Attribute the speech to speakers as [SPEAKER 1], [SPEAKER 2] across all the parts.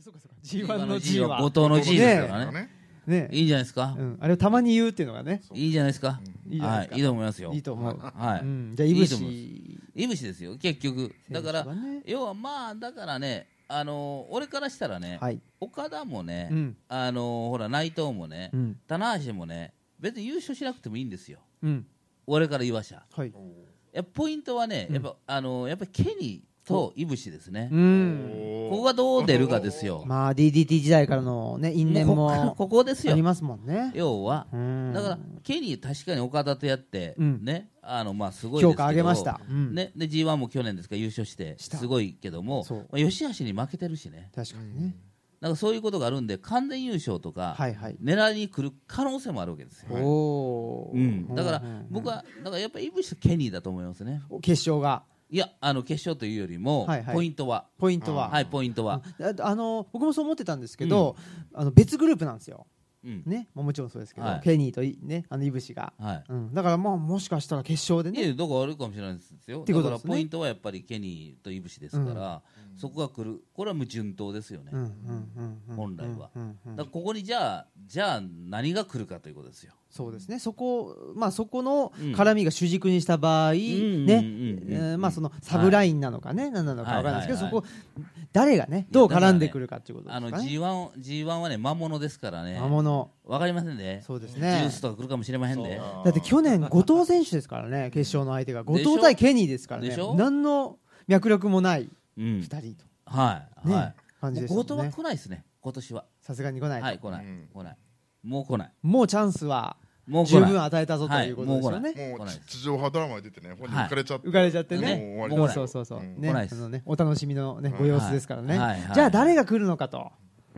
[SPEAKER 1] そうかそうか G1 の G は
[SPEAKER 2] 後藤の G です
[SPEAKER 1] ね
[SPEAKER 2] からね
[SPEAKER 3] ね
[SPEAKER 1] ね
[SPEAKER 2] いいんじゃないですか、
[SPEAKER 1] うん、あれをたまに言うっていうのがね
[SPEAKER 2] いいじゃないですか
[SPEAKER 1] いいじゃない
[SPEAKER 2] は
[SPEAKER 1] ですか
[SPEAKER 2] いいいと思いますよ
[SPEAKER 1] いいと思う、
[SPEAKER 2] はい、
[SPEAKER 1] うん、じゃあいぶし
[SPEAKER 2] いぶしですよ結局だから、
[SPEAKER 1] 選手がね
[SPEAKER 2] 要はまあだからねあの俺からしたらね、
[SPEAKER 1] はい
[SPEAKER 2] 岡田もね、
[SPEAKER 1] うん
[SPEAKER 2] あのほら内藤もね、
[SPEAKER 1] うん
[SPEAKER 2] 棚橋もね別に優勝しなくてもいいんですよ
[SPEAKER 1] うん
[SPEAKER 2] 俺から言わしゃ
[SPEAKER 1] はい
[SPEAKER 2] やっぱポイントはね、やっぱあのやっぱりケニーといぶしですね、
[SPEAKER 1] うん
[SPEAKER 2] ここがどう出るかですよ
[SPEAKER 1] まあ DDT 時代からのね因縁も
[SPEAKER 2] うこここです
[SPEAKER 1] あ
[SPEAKER 2] よ
[SPEAKER 1] りますもんね
[SPEAKER 2] 要は
[SPEAKER 1] うん
[SPEAKER 2] だからケニー確かに岡田とやって、
[SPEAKER 1] うん
[SPEAKER 2] ねあのまあすごいですけど
[SPEAKER 1] 評価上げましたうん
[SPEAKER 2] ねで G1 も去年ですか優勝して
[SPEAKER 1] した
[SPEAKER 2] すごいけども
[SPEAKER 1] そう、
[SPEAKER 2] まあ、吉橋に負けてるしね
[SPEAKER 1] 確かにね、
[SPEAKER 2] なんかそういうことがあるんで完全優勝とか、
[SPEAKER 1] はいはい
[SPEAKER 2] 狙いに来る可能性もあるわけですよ、
[SPEAKER 1] おおー、
[SPEAKER 2] うん、だから
[SPEAKER 1] うんうん
[SPEAKER 2] 僕はだからやっぱりイブシとケニーだと思いますね
[SPEAKER 1] 決勝が
[SPEAKER 2] いやあの決勝というよりも、
[SPEAKER 1] はいはい
[SPEAKER 2] ポイントは
[SPEAKER 1] ポイントは、
[SPEAKER 2] はいポイントは、
[SPEAKER 1] ああの僕もそう思ってたんですけど、あの別グループなんですよ、
[SPEAKER 2] うん
[SPEAKER 1] ねまあ、もちろんそうですけど、
[SPEAKER 2] はい
[SPEAKER 1] ケニーとい,、ね、あのいぶしが、
[SPEAKER 2] はい
[SPEAKER 1] うん、だからまあもしかしたら決勝で
[SPEAKER 2] い
[SPEAKER 1] ね
[SPEAKER 2] やどこあるかもしれないですよ
[SPEAKER 1] ってこと
[SPEAKER 2] だ
[SPEAKER 1] ですね
[SPEAKER 2] からポイントはやっぱりケニーとイブシですから、そこが来るこれはもう順当ですよね、
[SPEAKER 1] うんうんうんうん
[SPEAKER 2] 本来は
[SPEAKER 1] うんうんうん
[SPEAKER 2] だからここにじゃあじゃあ何が来るかということですよ
[SPEAKER 1] そうですねそこ,、まあ、そこの
[SPEAKER 2] うん
[SPEAKER 1] 絡みが主軸にした場合、
[SPEAKER 2] ん
[SPEAKER 1] ね
[SPEAKER 2] うんうんうん
[SPEAKER 1] えーまあそのサブラインなのかね、何なのか分からないですけど、
[SPEAKER 2] はいはいは
[SPEAKER 1] そこ誰がねどう絡んでくるかっていうこと
[SPEAKER 2] あ
[SPEAKER 1] です
[SPEAKER 2] の
[SPEAKER 1] かね。
[SPEAKER 2] G1 を G1 はね魔物ですからね
[SPEAKER 1] 魔物
[SPEAKER 2] わかりませんね
[SPEAKER 1] そうです
[SPEAKER 2] ジュ
[SPEAKER 1] ね
[SPEAKER 2] ースとか来るかもしれませんで
[SPEAKER 1] だって去年後藤選手ですからね決勝の相手が後
[SPEAKER 2] でしょ
[SPEAKER 1] 藤対ケニーですからね
[SPEAKER 2] でしょ
[SPEAKER 1] 何の脈絡もない
[SPEAKER 2] うん
[SPEAKER 1] 2人と
[SPEAKER 2] はい
[SPEAKER 1] ね
[SPEAKER 2] は
[SPEAKER 1] 感じ
[SPEAKER 2] い
[SPEAKER 1] でし
[SPEAKER 2] 後
[SPEAKER 1] た
[SPEAKER 2] 藤
[SPEAKER 1] もん
[SPEAKER 2] は
[SPEAKER 1] ね
[SPEAKER 2] 来ないですね今年は
[SPEAKER 1] さすがに来ないと、
[SPEAKER 2] はい来ない
[SPEAKER 3] うん
[SPEAKER 2] 来ないもう来ない
[SPEAKER 1] もうチャンスは
[SPEAKER 2] もう来
[SPEAKER 1] 十
[SPEAKER 2] ない
[SPEAKER 1] 分与えたぞということですよね、
[SPEAKER 2] は
[SPEAKER 3] も
[SPEAKER 2] 来
[SPEAKER 3] う
[SPEAKER 2] ないです
[SPEAKER 3] 地上波ドラマに出てね、本に浮かれちゃって、
[SPEAKER 1] 浮かれちゃってね
[SPEAKER 3] もう終
[SPEAKER 2] も
[SPEAKER 3] わ
[SPEAKER 2] う
[SPEAKER 3] り
[SPEAKER 2] 来
[SPEAKER 3] で
[SPEAKER 2] な
[SPEAKER 3] す
[SPEAKER 1] そ
[SPEAKER 2] いう
[SPEAKER 1] そうそう、
[SPEAKER 3] うん
[SPEAKER 1] ね
[SPEAKER 2] 来ないで
[SPEAKER 1] あ
[SPEAKER 2] す
[SPEAKER 1] のねお楽しみの、ね、ご様子ですからね、
[SPEAKER 2] はいはい
[SPEAKER 1] じゃあ誰が来るのかと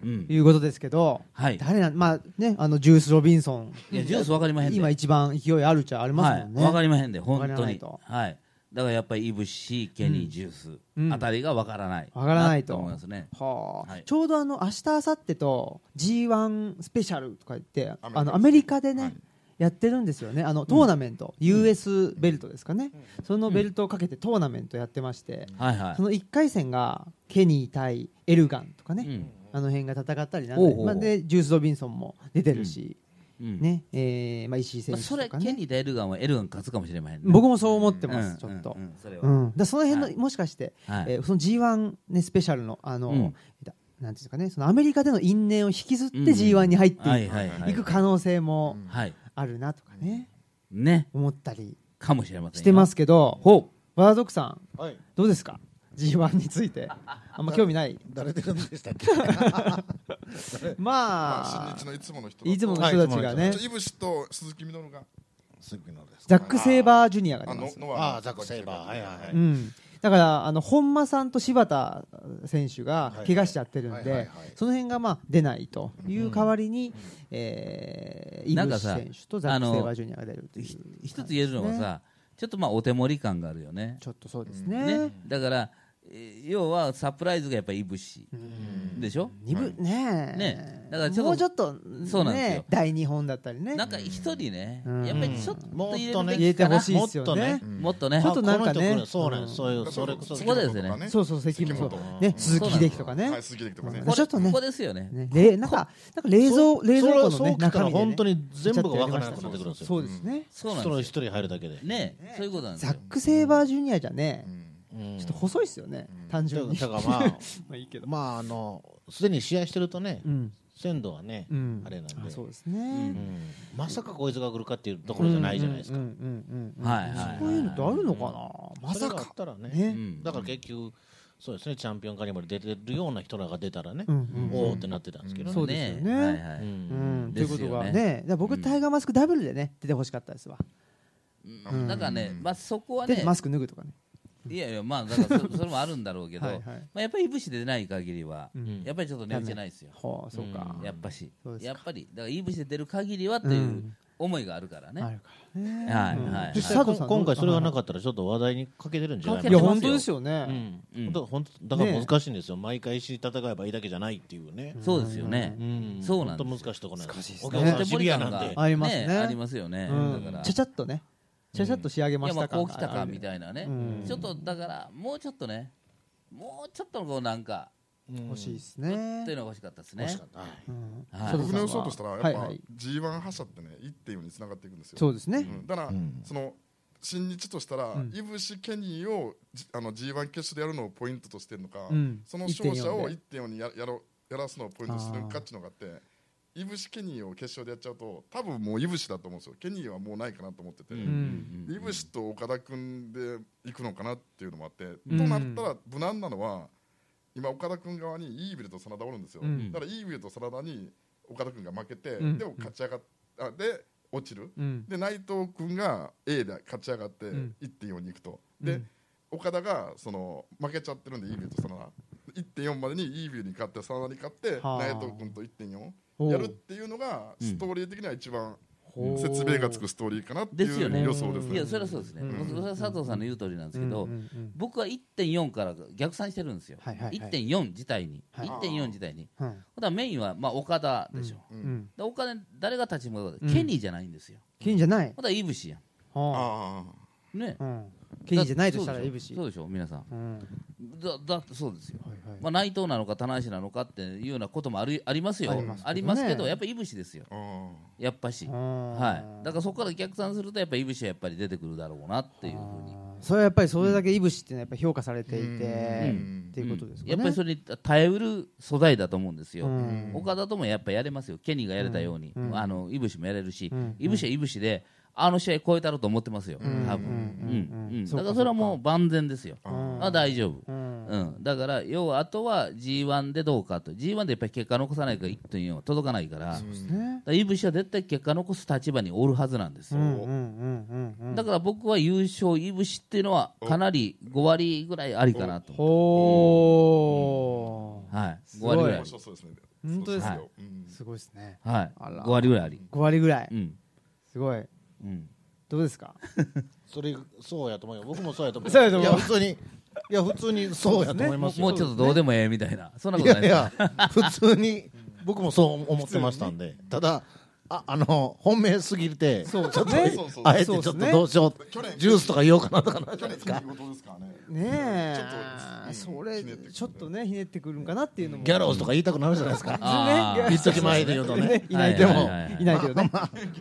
[SPEAKER 2] うん
[SPEAKER 1] いうことですけど、
[SPEAKER 2] はい
[SPEAKER 1] 誰なんまあねあのジュース・ロビンソン
[SPEAKER 2] いやジュースわかりまへんで
[SPEAKER 1] 今一番勢いあるっちゃありますもんね、
[SPEAKER 2] はい、わかりまへんで本
[SPEAKER 1] わか
[SPEAKER 2] 当
[SPEAKER 1] らない
[SPEAKER 2] に
[SPEAKER 1] と
[SPEAKER 2] はいだからやっぱりイブシケニージュース、
[SPEAKER 1] うん
[SPEAKER 2] あたりがわからない
[SPEAKER 1] わからないと
[SPEAKER 2] 思いますね
[SPEAKER 1] はあ
[SPEAKER 2] はい
[SPEAKER 1] ちょうどあの明日明後日と G1 スペシャルとか言って
[SPEAKER 3] アメリカです
[SPEAKER 1] あのアメリカでね、
[SPEAKER 3] はい
[SPEAKER 1] やってるんですよねあのトーナメント、US ベルトですかね、そのベルトをかけてトーナメントやってまして、
[SPEAKER 2] はいはい
[SPEAKER 1] その1回戦がケニー対エルガンとかね、
[SPEAKER 2] うん
[SPEAKER 1] あの辺が戦ったりなんだり
[SPEAKER 2] おうおうおう
[SPEAKER 1] まあ、でジュース・ドビンソンも出てるし、
[SPEAKER 2] うん
[SPEAKER 1] ねえーまあ、石井選
[SPEAKER 2] まあ
[SPEAKER 1] 手
[SPEAKER 2] そ
[SPEAKER 1] と
[SPEAKER 2] れ
[SPEAKER 1] か
[SPEAKER 2] ケ
[SPEAKER 1] ね、
[SPEAKER 2] ニーとエルガンはエルガン勝つかもしれまへんね
[SPEAKER 1] 僕もそう思って
[SPEAKER 2] うん
[SPEAKER 1] ます、ちょっと。
[SPEAKER 2] うんうんそれは
[SPEAKER 1] うん、だその辺の、
[SPEAKER 2] はい
[SPEAKER 1] もしかして、
[SPEAKER 2] はい
[SPEAKER 1] えーその G1、ね、スペシャルのあの、
[SPEAKER 2] うん
[SPEAKER 1] えっとなんていうんですかねそのアメリカでの因縁を引きずって
[SPEAKER 2] うん
[SPEAKER 1] G1 に入っていく,、
[SPEAKER 2] はいはいはい
[SPEAKER 1] 可能性も
[SPEAKER 2] はい
[SPEAKER 1] あるなとかね、
[SPEAKER 2] ね
[SPEAKER 1] 思ったり
[SPEAKER 2] かもしれません
[SPEAKER 1] してますけど
[SPEAKER 2] ほ
[SPEAKER 1] 和田ドクさん
[SPEAKER 4] はい、
[SPEAKER 1] どうですか G1 についてあんま興味ない
[SPEAKER 4] 誰出るんでしたっ け
[SPEAKER 3] ま
[SPEAKER 1] ま
[SPEAKER 3] あ、
[SPEAKER 1] あ
[SPEAKER 3] 新日のいつもの人だと
[SPEAKER 1] いつもの人たちがね、
[SPEAKER 3] ちょいぶしと鈴木みのるが、
[SPEAKER 4] すぐのです
[SPEAKER 1] ザック・セイバージュニアが
[SPEAKER 3] あ
[SPEAKER 1] 出ま
[SPEAKER 3] の
[SPEAKER 1] す、
[SPEAKER 3] ノ
[SPEAKER 4] あ
[SPEAKER 3] ア
[SPEAKER 4] あザックセイバーはいはいはい
[SPEAKER 1] うん、だからあの本間さんと柴田選手が怪我しちゃってるん
[SPEAKER 4] はいはい
[SPEAKER 1] で
[SPEAKER 4] はい
[SPEAKER 1] その辺がまあ出ないという代わりに、えー、イ
[SPEAKER 2] なん
[SPEAKER 1] ブ
[SPEAKER 2] か
[SPEAKER 1] シ
[SPEAKER 2] さ
[SPEAKER 1] 選手とザック・セイバージュニアが出ると
[SPEAKER 2] う
[SPEAKER 1] いう
[SPEAKER 2] ひ一つ言えるのは
[SPEAKER 1] ね
[SPEAKER 2] さちょっとまあお手盛り感があるよね
[SPEAKER 1] ちょっとそうですね,、
[SPEAKER 2] ねだからえー要はサプライズがやっぱりイブシでしょ
[SPEAKER 1] 二部ねえ
[SPEAKER 2] ねだからちょっと
[SPEAKER 1] もうちょっと、ね、
[SPEAKER 2] そうなんですよ
[SPEAKER 1] 大日本だったりね
[SPEAKER 2] なんか一人ね
[SPEAKER 1] うん
[SPEAKER 2] やっぱりちょっと
[SPEAKER 4] も
[SPEAKER 2] 入れ
[SPEAKER 4] っ
[SPEAKER 2] る
[SPEAKER 4] とね
[SPEAKER 2] べ
[SPEAKER 1] 入れ
[SPEAKER 2] き
[SPEAKER 1] て
[SPEAKER 2] か
[SPEAKER 1] ほ
[SPEAKER 2] な
[SPEAKER 1] しいですよね
[SPEAKER 4] もっ
[SPEAKER 2] もっと
[SPEAKER 4] と
[SPEAKER 2] ね
[SPEAKER 1] ちょっとなんかね
[SPEAKER 4] あこの人来るそうね、
[SPEAKER 1] うん
[SPEAKER 4] そういうそれこそ
[SPEAKER 2] そこですよね
[SPEAKER 3] 関本とか
[SPEAKER 1] そうそう関本
[SPEAKER 3] 関本
[SPEAKER 1] ね鈴木秀樹とか
[SPEAKER 3] は
[SPEAKER 1] ね
[SPEAKER 3] い、鈴木秀樹とかね
[SPEAKER 1] う
[SPEAKER 2] こ
[SPEAKER 1] ん。ちょっ
[SPEAKER 2] れ
[SPEAKER 1] とね
[SPEAKER 2] ここですよね
[SPEAKER 1] ねれなんかなんか冷蔵冷蔵庫の
[SPEAKER 4] そ
[SPEAKER 1] ね
[SPEAKER 4] う来た
[SPEAKER 1] 中
[SPEAKER 4] ら
[SPEAKER 1] 身で、ね、
[SPEAKER 4] 本当に全部が分からなくなってくるんですよ
[SPEAKER 1] そうですね、
[SPEAKER 2] そうなん
[SPEAKER 4] その
[SPEAKER 2] で
[SPEAKER 4] 一
[SPEAKER 2] す
[SPEAKER 4] 人入るだけで、
[SPEAKER 2] よねそういうことなんです
[SPEAKER 1] ザ
[SPEAKER 2] よ
[SPEAKER 1] ック・セイバージュニアじゃね、
[SPEAKER 4] うん
[SPEAKER 1] ちょっと細いっすよね、単純に。
[SPEAKER 4] だからまあ
[SPEAKER 1] まあいいけど。
[SPEAKER 4] まああのすでに試合してるとね、
[SPEAKER 1] うん。
[SPEAKER 4] 鮮度はね、
[SPEAKER 1] うん。
[SPEAKER 4] あれなんで
[SPEAKER 1] そうですね。
[SPEAKER 4] うんまさかこいつが来るかっていうところじゃないじゃないですか、
[SPEAKER 1] うんうんうんうん。
[SPEAKER 2] はいはいはい
[SPEAKER 1] そういうのってあるのかなま
[SPEAKER 4] それ
[SPEAKER 1] さ
[SPEAKER 4] があっ
[SPEAKER 1] か。
[SPEAKER 4] たらね
[SPEAKER 2] う
[SPEAKER 1] ね。
[SPEAKER 2] ん
[SPEAKER 4] だから結局そうですねチャンピオンカリバル出てるような人らが出たらね、
[SPEAKER 1] うん
[SPEAKER 4] おおってなってたんですけど、ね
[SPEAKER 1] そうですよね
[SPEAKER 2] はいは
[SPEAKER 4] う
[SPEAKER 2] い
[SPEAKER 1] うんん。ということが
[SPEAKER 2] ですよね
[SPEAKER 1] ね。だから僕、タイガーマスクダブルでね、出てほしかったですわ。
[SPEAKER 2] うんだからねまあそこは
[SPEAKER 1] で
[SPEAKER 2] ね、
[SPEAKER 1] マスク脱ぐとかね。
[SPEAKER 2] いやいやまあだからそそれもあるんだろうけど
[SPEAKER 1] はいはい
[SPEAKER 2] まあやっぱりいぶしでない限りは
[SPEAKER 1] ん
[SPEAKER 2] やっぱりちょっと値打ちないですよ
[SPEAKER 1] はあ、そうか。
[SPEAKER 2] やっぱし
[SPEAKER 1] そうですか
[SPEAKER 2] やっぱりだからいぶしで出る限りはという思いがあるからね
[SPEAKER 1] あ
[SPEAKER 2] は
[SPEAKER 1] るからね。
[SPEAKER 2] いはい
[SPEAKER 4] 実
[SPEAKER 1] 佐
[SPEAKER 4] 際
[SPEAKER 1] 藤さん
[SPEAKER 4] 今回それがなかったらちょっと話題にかけてるんじゃない
[SPEAKER 2] か
[SPEAKER 1] いや、
[SPEAKER 2] けてま
[SPEAKER 1] 本
[SPEAKER 2] すよ
[SPEAKER 1] 当ですよ
[SPEAKER 4] う
[SPEAKER 1] ね。
[SPEAKER 4] ん
[SPEAKER 2] うん
[SPEAKER 4] だ本当だから
[SPEAKER 1] ね
[SPEAKER 4] 難しいんですよ、毎回し戦えばいいだけじゃないっていうね、
[SPEAKER 2] そうですよね
[SPEAKER 4] うん
[SPEAKER 2] そうなんです
[SPEAKER 4] 本当難しいところなんですお
[SPEAKER 1] ね
[SPEAKER 4] 客さんシ
[SPEAKER 2] 盛り
[SPEAKER 4] ビア
[SPEAKER 2] 感
[SPEAKER 4] な
[SPEAKER 2] が
[SPEAKER 4] んで
[SPEAKER 1] ありますね
[SPEAKER 2] ありますよね
[SPEAKER 1] うん
[SPEAKER 2] だから
[SPEAKER 1] ちゃちゃっとね。ちゃちゃっと仕上げ
[SPEAKER 2] い
[SPEAKER 1] ま
[SPEAKER 2] や
[SPEAKER 1] し
[SPEAKER 2] ま
[SPEAKER 1] た感
[SPEAKER 2] あこう
[SPEAKER 1] が
[SPEAKER 2] 来
[SPEAKER 1] ある
[SPEAKER 2] たかみたいなね
[SPEAKER 1] うん
[SPEAKER 2] ちょっとだからもうちょっとねもうちょっとこうなんか
[SPEAKER 1] 欲しいですね
[SPEAKER 2] というのが欲しかったですね
[SPEAKER 4] 確かにはい
[SPEAKER 1] うん
[SPEAKER 2] は
[SPEAKER 1] 佐
[SPEAKER 2] い
[SPEAKER 1] 藤
[SPEAKER 3] 僕
[SPEAKER 1] さん
[SPEAKER 3] の
[SPEAKER 1] は
[SPEAKER 3] 予想としたらやっ
[SPEAKER 1] は
[SPEAKER 3] ぱ
[SPEAKER 1] いはい
[SPEAKER 3] G1 覇者ってね一点につながっていくんですよ
[SPEAKER 1] そうですね、
[SPEAKER 3] うんだから
[SPEAKER 4] ん
[SPEAKER 3] その新日としたら
[SPEAKER 1] ん
[SPEAKER 3] いぶしケニーをじあの G1 決勝でやるのをポイントとしてるのか
[SPEAKER 1] うん
[SPEAKER 3] その勝者を
[SPEAKER 1] 1.4
[SPEAKER 3] 1.4にややろやらすのをポイントとするかっていうのがあっていぶしケニーを決勝でやっちゃうと多分もういぶしだと思うんですよケニーはもうないかなと思ってて。
[SPEAKER 1] うん
[SPEAKER 3] いぶしと岡田君で行くのかなっていうのもあって、
[SPEAKER 1] ん
[SPEAKER 3] となったら無難なのは今岡田君側にイービルと真田おるんですよ、
[SPEAKER 1] うん
[SPEAKER 3] だからイービルと真田に岡田君が負けて、
[SPEAKER 1] うん
[SPEAKER 3] でも勝ち上がっあで落ちる、
[SPEAKER 1] うん
[SPEAKER 3] で内藤君が A で勝ち上がって
[SPEAKER 1] ん
[SPEAKER 3] 1.4に行くと、
[SPEAKER 1] う
[SPEAKER 3] で
[SPEAKER 1] ん
[SPEAKER 3] 岡田がその負けちゃってるんでイービルと真田1.4までにイービルに勝って真田に勝って
[SPEAKER 1] はあ
[SPEAKER 3] 内藤君と
[SPEAKER 1] おう
[SPEAKER 3] 1.4やるっていうのがストーリー的には一番
[SPEAKER 1] ほう
[SPEAKER 3] 説明がつくストーリーかなって
[SPEAKER 2] ですよ
[SPEAKER 3] い
[SPEAKER 2] ね
[SPEAKER 3] う予想です
[SPEAKER 2] い
[SPEAKER 3] ね
[SPEAKER 2] や。それはそうですね、
[SPEAKER 1] うん
[SPEAKER 2] それは佐藤さんの言う通りなんですけど、
[SPEAKER 1] うんうんうん
[SPEAKER 2] 僕は1.4から逆算してるんですよ、
[SPEAKER 1] はいはいはい
[SPEAKER 2] 1.4自体に、
[SPEAKER 1] はい
[SPEAKER 2] 1.4自体に
[SPEAKER 1] うん
[SPEAKER 2] ほんならメインは、まあ、岡田でしょ、
[SPEAKER 1] う
[SPEAKER 3] うん
[SPEAKER 1] ん
[SPEAKER 2] で岡田誰が立ち戻るか、
[SPEAKER 1] うん
[SPEAKER 2] ケニーじゃないんですよ
[SPEAKER 1] ケニーじゃない
[SPEAKER 2] ほんならイブシや
[SPEAKER 1] は
[SPEAKER 3] ああ
[SPEAKER 2] んね
[SPEAKER 1] あうんケニーじゃないとしたら
[SPEAKER 2] だ
[SPEAKER 1] いぶし
[SPEAKER 2] そうでしょそうでしょ皆さん
[SPEAKER 1] うんはい
[SPEAKER 2] だだってそうですよ、
[SPEAKER 1] はい
[SPEAKER 2] まあ、内藤なのか棚橋なのかっていうようなこともあるありますよ
[SPEAKER 1] ありますけどね
[SPEAKER 2] けどやっぱりいぶしですよ
[SPEAKER 3] ああ
[SPEAKER 2] やっぱし、
[SPEAKER 1] うん
[SPEAKER 2] はい、だからそこから逆算するとやっぱりいぶしはやっぱり出てくるだろうなっていうふうに
[SPEAKER 1] あーそれはやっぱりそれだけいぶしっていうのはやっぱ評価されていて、
[SPEAKER 3] うん
[SPEAKER 1] っていうことですかね、
[SPEAKER 2] やっぱりそれに耐えうる素材だと思うんですよ、
[SPEAKER 1] うん
[SPEAKER 2] 岡田ともやっぱやれますよ、ケニーがやれたように、
[SPEAKER 1] うん
[SPEAKER 2] あのいぶしもやれるし
[SPEAKER 1] うん、
[SPEAKER 2] いぶしはいぶしで、あの試合超えたろうと思ってますよ、多
[SPEAKER 1] う
[SPEAKER 2] 分
[SPEAKER 1] ん
[SPEAKER 2] うんうん
[SPEAKER 1] そうか
[SPEAKER 2] だからそれはもう万全ですよ、
[SPEAKER 1] うん
[SPEAKER 2] あ大丈夫。
[SPEAKER 1] うん
[SPEAKER 2] うん、だから要はあとは g 1でどうかと g 1でやっぱり結果残さないから1.4は届かないからだか
[SPEAKER 1] ね
[SPEAKER 2] らいぶしは絶対結果残す立場におるはずなんです
[SPEAKER 1] う
[SPEAKER 2] よ、
[SPEAKER 1] んうんうんうんうん
[SPEAKER 2] だから僕は優勝いぶしっていうのはかなり5割ぐらいありかなと、
[SPEAKER 1] ほー、
[SPEAKER 2] はい、5
[SPEAKER 1] ごい
[SPEAKER 2] 割ぐらい
[SPEAKER 3] 面白そうですね。
[SPEAKER 1] 本当です
[SPEAKER 2] よ
[SPEAKER 3] そうようん
[SPEAKER 1] すごいですね
[SPEAKER 2] はい、
[SPEAKER 1] あら
[SPEAKER 2] 5割ぐらいあり。
[SPEAKER 1] 5割ぐらい、
[SPEAKER 2] うん
[SPEAKER 1] すごい
[SPEAKER 2] うん
[SPEAKER 1] どうですか
[SPEAKER 4] それそうやと思うよ僕もそうやと思う
[SPEAKER 1] そうやと思う
[SPEAKER 4] いや普通にいや普通にそうやと思います
[SPEAKER 2] も
[SPEAKER 4] よ
[SPEAKER 2] うちょっとどうでもええみたいな、そんなこ
[SPEAKER 4] い
[SPEAKER 2] とないで
[SPEAKER 4] やい
[SPEAKER 2] すか
[SPEAKER 4] や普通に僕もそう思ってましたんでただああの本命すぎてちょっと
[SPEAKER 1] ね
[SPEAKER 4] あえてちょっとどうしよ
[SPEAKER 3] 去年
[SPEAKER 4] うジュースとか言おうかなとかな
[SPEAKER 3] 去年何事ですかね。
[SPEAKER 1] ねえ
[SPEAKER 3] うんちょっと
[SPEAKER 1] それ
[SPEAKER 3] ひねってくる
[SPEAKER 1] ちょっとねひねってくるんかなっていうのも
[SPEAKER 4] ギャローズとか言いたくなるじゃないで すか
[SPEAKER 2] あー
[SPEAKER 4] 一時前で言うとね
[SPEAKER 1] いないけ
[SPEAKER 4] で
[SPEAKER 1] ど
[SPEAKER 4] も
[SPEAKER 2] はい
[SPEAKER 1] いないけどね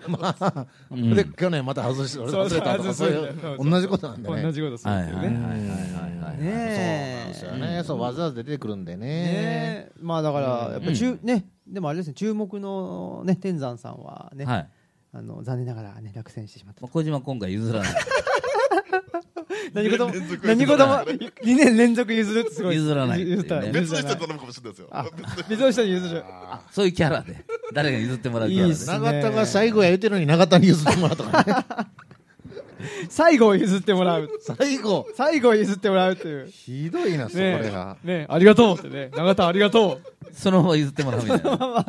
[SPEAKER 4] まあで去年また外して俺
[SPEAKER 1] そう
[SPEAKER 4] 外れたとかそうい
[SPEAKER 1] 外すそう
[SPEAKER 4] う
[SPEAKER 1] そう
[SPEAKER 4] 同じことなんでね
[SPEAKER 1] 同じことする
[SPEAKER 2] はい
[SPEAKER 1] っ
[SPEAKER 2] は
[SPEAKER 1] て
[SPEAKER 2] い
[SPEAKER 1] いう
[SPEAKER 2] はいはい
[SPEAKER 1] ね
[SPEAKER 2] はいはい。
[SPEAKER 1] ね
[SPEAKER 4] そうなん
[SPEAKER 1] え
[SPEAKER 4] ですよねそうわざわざ出てくるんで
[SPEAKER 1] ね
[SPEAKER 4] ね
[SPEAKER 1] えまあだからやっぱ中、ねでもあれですね注目のね天山さんはね、
[SPEAKER 2] はい。
[SPEAKER 1] あの残念ながらね落選してし まった
[SPEAKER 2] まあ小島今回譲らない。
[SPEAKER 1] 何事も
[SPEAKER 3] 連続
[SPEAKER 1] 何
[SPEAKER 3] 譲
[SPEAKER 1] 事
[SPEAKER 3] ら
[SPEAKER 1] も
[SPEAKER 3] ない
[SPEAKER 1] 2年連続譲るってすごい
[SPEAKER 2] 譲らない
[SPEAKER 1] 譲った
[SPEAKER 2] っていうね
[SPEAKER 3] 別
[SPEAKER 1] 譲
[SPEAKER 3] の
[SPEAKER 1] らない
[SPEAKER 3] 人に頼むかもしれないですよ。
[SPEAKER 1] 別の人に譲る
[SPEAKER 2] そういうキャラで、誰が譲ってもらうキャラ
[SPEAKER 1] いいっ
[SPEAKER 2] で。
[SPEAKER 1] すね
[SPEAKER 4] 永田が最後や言うてるのに永田に譲ってもらう とかね
[SPEAKER 1] 最後を譲ってもらう
[SPEAKER 4] 最後
[SPEAKER 1] 最後を譲ってもらうっていうね
[SPEAKER 4] ひどいなそれが
[SPEAKER 1] えねえありがとうってね永田ありがとう
[SPEAKER 2] そのまま譲ってもらうみ たいな。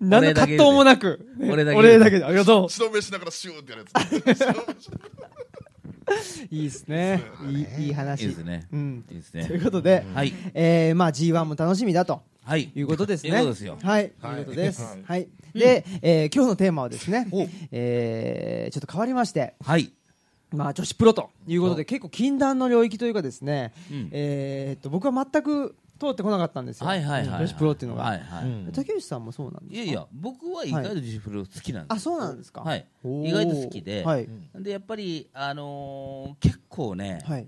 [SPEAKER 1] 何の葛藤もなく
[SPEAKER 2] 俺だけ
[SPEAKER 1] お礼だけでありがと
[SPEAKER 3] 白目しながらシューってやる やつ。
[SPEAKER 1] ういいですねいいいい話
[SPEAKER 2] いいですね
[SPEAKER 1] うん
[SPEAKER 2] いいです
[SPEAKER 1] とい
[SPEAKER 2] ね。
[SPEAKER 1] うことで、
[SPEAKER 2] はい。
[SPEAKER 1] えーまあ G1 も楽しみだと
[SPEAKER 2] はい。
[SPEAKER 1] いうことですね。
[SPEAKER 2] いうことですよ。
[SPEAKER 1] はい、ということです。はい。で、えー今日のテーマはですね
[SPEAKER 2] お、
[SPEAKER 1] えーちょっと変わりまして、
[SPEAKER 2] はい。
[SPEAKER 1] まあ女子プロということで結構禁断の領域というかですね、えーっと僕は全く通ってこなかったんですよ。
[SPEAKER 2] はいはいはい。
[SPEAKER 1] 女子プロっていうのが。
[SPEAKER 2] はいはい。
[SPEAKER 1] 竹内さんもそうなんです
[SPEAKER 2] い
[SPEAKER 1] か。
[SPEAKER 2] やいや、僕は意外と女子プロ好きなんです
[SPEAKER 1] あ、そうなんですか。
[SPEAKER 2] はい。
[SPEAKER 1] おー
[SPEAKER 2] 意外と好きで。
[SPEAKER 1] はい。
[SPEAKER 2] で、やっぱり、あのー、結構ね、
[SPEAKER 1] はい。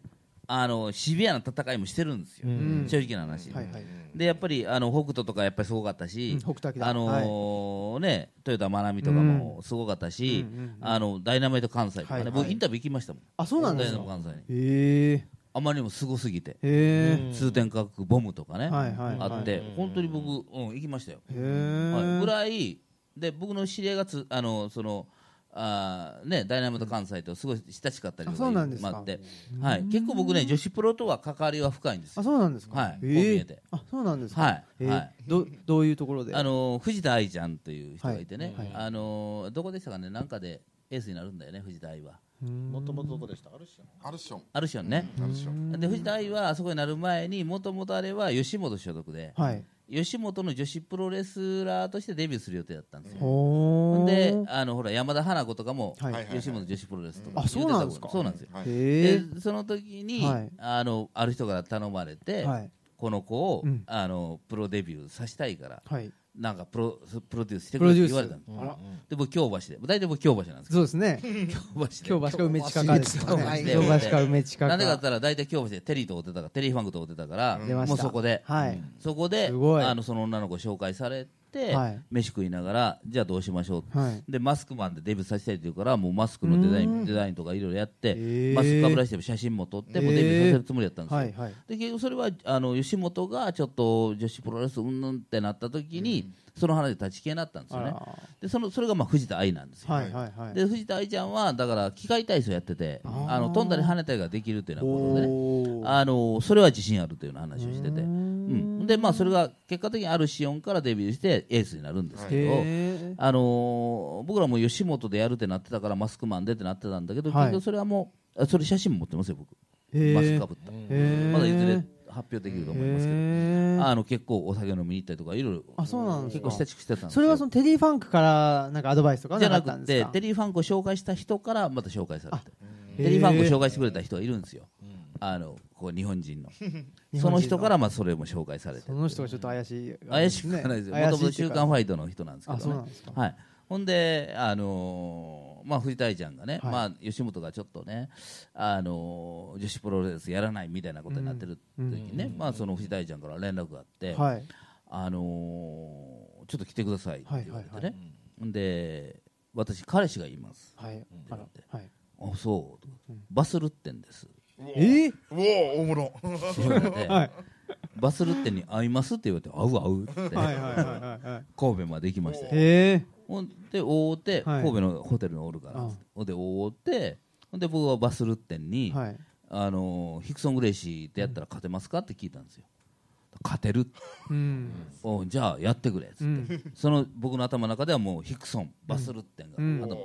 [SPEAKER 2] あのシビアな戦いもしてるんですよ、
[SPEAKER 1] ん
[SPEAKER 2] 正直な話、
[SPEAKER 1] はいはい
[SPEAKER 2] でやっぱりあの北斗とかやっぱりすごかったし、
[SPEAKER 1] うん北斗晶
[SPEAKER 2] あのーね豊田真奈美とかもすごかったし、
[SPEAKER 1] うんうんうん
[SPEAKER 2] あのダイナマイト関西とかね、
[SPEAKER 1] はいはい
[SPEAKER 2] 僕インタビュー行きましたもん、
[SPEAKER 1] あ、そうなんで
[SPEAKER 2] ダイ
[SPEAKER 1] す
[SPEAKER 2] ナ
[SPEAKER 1] か。
[SPEAKER 2] マイト関西に
[SPEAKER 1] へえ。
[SPEAKER 2] あまりにもすごすぎて、
[SPEAKER 1] へえ。
[SPEAKER 2] 通天閣ボムとかね、
[SPEAKER 1] はいはいはい
[SPEAKER 2] あって本当に僕、うん、行きましたよ、
[SPEAKER 1] へ
[SPEAKER 2] はい、
[SPEAKER 1] え。
[SPEAKER 2] ぐらいで僕の知り合いがつあのそのあーね、ダイナマイト関西とすごい親しかったりと
[SPEAKER 1] あそ
[SPEAKER 2] か
[SPEAKER 1] うなんですか
[SPEAKER 2] もあって、はい、結構僕ね女子プロとは関わりは深いんですよ
[SPEAKER 1] あ、そうなんですか。
[SPEAKER 2] はい
[SPEAKER 1] へ
[SPEAKER 2] こう見えて
[SPEAKER 1] あ、そうなんですか。
[SPEAKER 2] はい
[SPEAKER 1] えー
[SPEAKER 2] はい
[SPEAKER 1] どどういうところで。
[SPEAKER 2] あの藤田愛ちゃんという人がいてね、
[SPEAKER 1] はいはい
[SPEAKER 2] あのどこでしたかね、なんかでエースになるんだよね、藤田愛は。
[SPEAKER 4] もともとどこでしたあるし
[SPEAKER 3] あるっしょ。
[SPEAKER 2] あるしょんね。
[SPEAKER 3] あるっしょ。
[SPEAKER 2] で、藤田愛はあそこになる前に、もともとあれは吉本所属で、
[SPEAKER 1] はい。
[SPEAKER 2] 吉本の女子プロレスラーとしてデビューする予定だったんですよ。
[SPEAKER 1] ほー
[SPEAKER 2] で、あのほら山田花子とかも、
[SPEAKER 1] はい
[SPEAKER 3] はいはい
[SPEAKER 2] 吉本女子プロレスとか、
[SPEAKER 1] あそうなんですか
[SPEAKER 2] そうなんですよ。
[SPEAKER 3] はい。
[SPEAKER 1] へえ。
[SPEAKER 2] でその時に、
[SPEAKER 1] はい
[SPEAKER 2] あのある人から頼まれて、
[SPEAKER 1] はい。
[SPEAKER 2] この子を、
[SPEAKER 1] うん
[SPEAKER 2] あのプロデビューさせたいから
[SPEAKER 1] はい
[SPEAKER 2] なんかプロプロデュースして
[SPEAKER 1] プ
[SPEAKER 2] く
[SPEAKER 1] ロ
[SPEAKER 2] れっ
[SPEAKER 1] デュ
[SPEAKER 2] て
[SPEAKER 1] ース
[SPEAKER 2] 言われたの
[SPEAKER 1] あら
[SPEAKER 2] で僕京橋で大体僕京橋なんですけ
[SPEAKER 1] そうですね
[SPEAKER 2] ど 京
[SPEAKER 1] 京
[SPEAKER 2] 橋
[SPEAKER 1] 橋
[SPEAKER 2] で
[SPEAKER 1] か梅近かですからね
[SPEAKER 2] 京
[SPEAKER 1] 京
[SPEAKER 2] 橋
[SPEAKER 1] 橋か梅近か
[SPEAKER 2] なんでかって言ったら大体京橋でテリーと会ってたからテリーファンクと会ってたから、
[SPEAKER 1] 出ました
[SPEAKER 2] もうそこで、
[SPEAKER 1] はい
[SPEAKER 2] そこです
[SPEAKER 1] ごい
[SPEAKER 2] あのその女の子紹介されて、
[SPEAKER 1] はい
[SPEAKER 2] 飯食いながらじゃあどうしましょうって、
[SPEAKER 1] はい
[SPEAKER 2] でマスクマンでデビューさせたいって言うからもうマスクのデザイ
[SPEAKER 1] うーん
[SPEAKER 2] ンデザインとかいろいろやって、
[SPEAKER 1] へー
[SPEAKER 2] マスクかぶらしても写真も撮ってもうデビューさせるつもりだったんですよ、
[SPEAKER 1] はいはい
[SPEAKER 2] で結局それはあの吉本がちょっと女子プロレスうんぬんってなった時に、その話で立ち消えになったんですよね
[SPEAKER 1] あら
[SPEAKER 2] でそのそれがまあ藤田愛なんですよ、
[SPEAKER 1] はいはいはい
[SPEAKER 2] で藤田愛ちゃんはだから機械体操やってて
[SPEAKER 1] あー
[SPEAKER 2] あの飛んだり跳ねたりができるというようなことでね
[SPEAKER 1] おー
[SPEAKER 2] あのそれは自信あるというような話をしてて、
[SPEAKER 1] う
[SPEAKER 2] う
[SPEAKER 1] ーん
[SPEAKER 2] ん、でまあそれが結果的にあるシオンからデビューしてエースになるんですけど、
[SPEAKER 1] へー
[SPEAKER 2] あのー僕らも吉本でやるってなってたからマスクマンでってなってたんだけど、
[SPEAKER 1] はい
[SPEAKER 2] 結局それはもうあそれ写真も持ってますよ僕
[SPEAKER 1] へー
[SPEAKER 2] マスクかぶった、
[SPEAKER 1] へー
[SPEAKER 2] まだいずれ発表できると思いますけど、
[SPEAKER 1] へー
[SPEAKER 2] あの結構お酒飲みに行ったりとかいろいろ
[SPEAKER 1] あそうなんです
[SPEAKER 2] 結
[SPEAKER 1] か
[SPEAKER 2] 構親しくしてたんですよ
[SPEAKER 1] それはそのテディ・ファンクからなんかアドバイスとか
[SPEAKER 2] じ
[SPEAKER 1] じ
[SPEAKER 2] ゃ
[SPEAKER 1] ゃ
[SPEAKER 2] な
[SPEAKER 1] なかった
[SPEAKER 2] く
[SPEAKER 1] ん
[SPEAKER 2] て
[SPEAKER 1] です
[SPEAKER 2] テ
[SPEAKER 1] か
[SPEAKER 2] リーファンクを紹介した人からまた紹介されて
[SPEAKER 1] へー
[SPEAKER 2] テリーファンクを紹介してくれた人がいるんですよ、あのこう 日本人のその人からまあそれも紹介されて
[SPEAKER 1] その人がちょっと怪しい、
[SPEAKER 2] 怪しくはないですよもともと「週刊ファイト」の人なんですけ
[SPEAKER 1] あそう
[SPEAKER 2] ど
[SPEAKER 1] なん
[SPEAKER 2] ね
[SPEAKER 1] ですか
[SPEAKER 2] はいほんであのーまあ藤田愛ちゃんがね
[SPEAKER 1] はい
[SPEAKER 2] まあ吉本がちょっとねあのー女子プロレスやらないみたいなことになってる時にねまあその藤田愛ちゃんから連絡があって
[SPEAKER 1] はい
[SPEAKER 2] あのーちょっと来てくださいって言われてね、
[SPEAKER 1] はいはい
[SPEAKER 2] で私彼氏がいます
[SPEAKER 1] はいあらはい
[SPEAKER 2] あそう、バスルッテンです
[SPEAKER 1] えー
[SPEAKER 3] うおおもろ
[SPEAKER 2] 言われて、
[SPEAKER 1] はい
[SPEAKER 2] バスルッテンに会いますって言われて会う会うって、
[SPEAKER 1] はいはいはいはい
[SPEAKER 2] 神戸まで行きましたよ
[SPEAKER 1] へ
[SPEAKER 2] ほんで会うて、
[SPEAKER 1] はい
[SPEAKER 2] 神戸のホテルにおるから
[SPEAKER 1] う
[SPEAKER 2] ほ
[SPEAKER 1] ん
[SPEAKER 2] んで会うてほんで僕はバスルッテ
[SPEAKER 1] え
[SPEAKER 2] ンに、
[SPEAKER 1] はい
[SPEAKER 2] あのーヒクソン・グレイシーでやったら勝てますかって聞いたんですよ勝てるって
[SPEAKER 1] うん
[SPEAKER 2] おうじゃあやってくれっつって、
[SPEAKER 1] うん
[SPEAKER 2] その僕の頭の中ではもうヒクソンバスルッテンが、
[SPEAKER 1] うん
[SPEAKER 2] 頭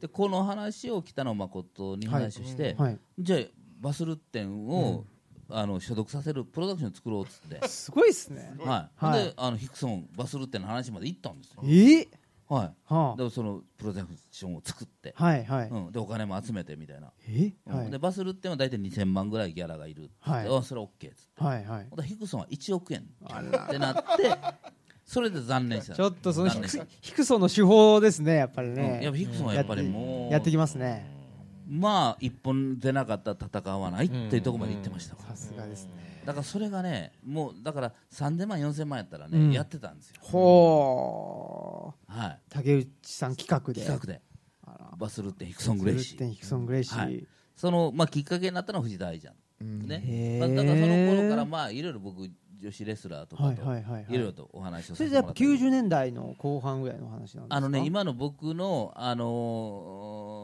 [SPEAKER 2] でこの話を北野誠に話をして、
[SPEAKER 1] はい
[SPEAKER 2] じゃあバスルッテンを、あの所属させるプロダクション作ろうっつって
[SPEAKER 1] すごいっすね
[SPEAKER 2] はい、
[SPEAKER 1] はい
[SPEAKER 2] であのヒクソンバスルッテンの話まで行ったんですよ
[SPEAKER 1] えー
[SPEAKER 2] はい
[SPEAKER 1] は
[SPEAKER 2] でそのプロダクションを作って、
[SPEAKER 1] あはいはい
[SPEAKER 2] うん、でお金も集めてみたいな、
[SPEAKER 1] えは
[SPEAKER 2] うん
[SPEAKER 1] い
[SPEAKER 2] でバスルッテンは大体2000万ぐらいギャラがいるっつって、
[SPEAKER 1] はい
[SPEAKER 2] あそれは OK っつって
[SPEAKER 1] はいはい
[SPEAKER 2] ほんでヒクソンは1億円ってなってそれで残念した
[SPEAKER 1] ちょっとその
[SPEAKER 2] 残
[SPEAKER 1] 低
[SPEAKER 2] 念した
[SPEAKER 1] 低低層の手法ですねやっぱり
[SPEAKER 2] うん、やっ
[SPEAKER 1] ね
[SPEAKER 2] ぱヒクソンはやっぱりもう
[SPEAKER 1] やってきますね
[SPEAKER 2] まあ一本出なかったら戦わないっていうところまで行ってましたわ
[SPEAKER 1] さすがですね
[SPEAKER 2] だからそれがねもうだから3000万4000万やったらね、
[SPEAKER 1] うん
[SPEAKER 2] やってたんですよ
[SPEAKER 1] ほう
[SPEAKER 2] はい
[SPEAKER 1] 竹内さん企画で
[SPEAKER 2] 企画で
[SPEAKER 1] あら
[SPEAKER 2] バスルッテンヒクソングレイシ
[SPEAKER 1] ルッテン
[SPEAKER 2] ー
[SPEAKER 1] ヒクソン・グレイシー、
[SPEAKER 2] はいそのまあきっかけになったのは藤田愛ちゃん、
[SPEAKER 1] へー
[SPEAKER 2] ね、まあ、だからその頃からまあいろいろ僕女子レスラーとかと、
[SPEAKER 1] はい
[SPEAKER 2] い
[SPEAKER 1] はいはいはい
[SPEAKER 2] ろいろとお話を
[SPEAKER 1] そ
[SPEAKER 2] さ
[SPEAKER 1] れじ
[SPEAKER 2] せて
[SPEAKER 1] ゃ
[SPEAKER 2] も
[SPEAKER 1] やっぱ
[SPEAKER 2] らったり
[SPEAKER 1] 90年代の後半ぐらいの話なんですか
[SPEAKER 2] あのね、今の僕の、あのー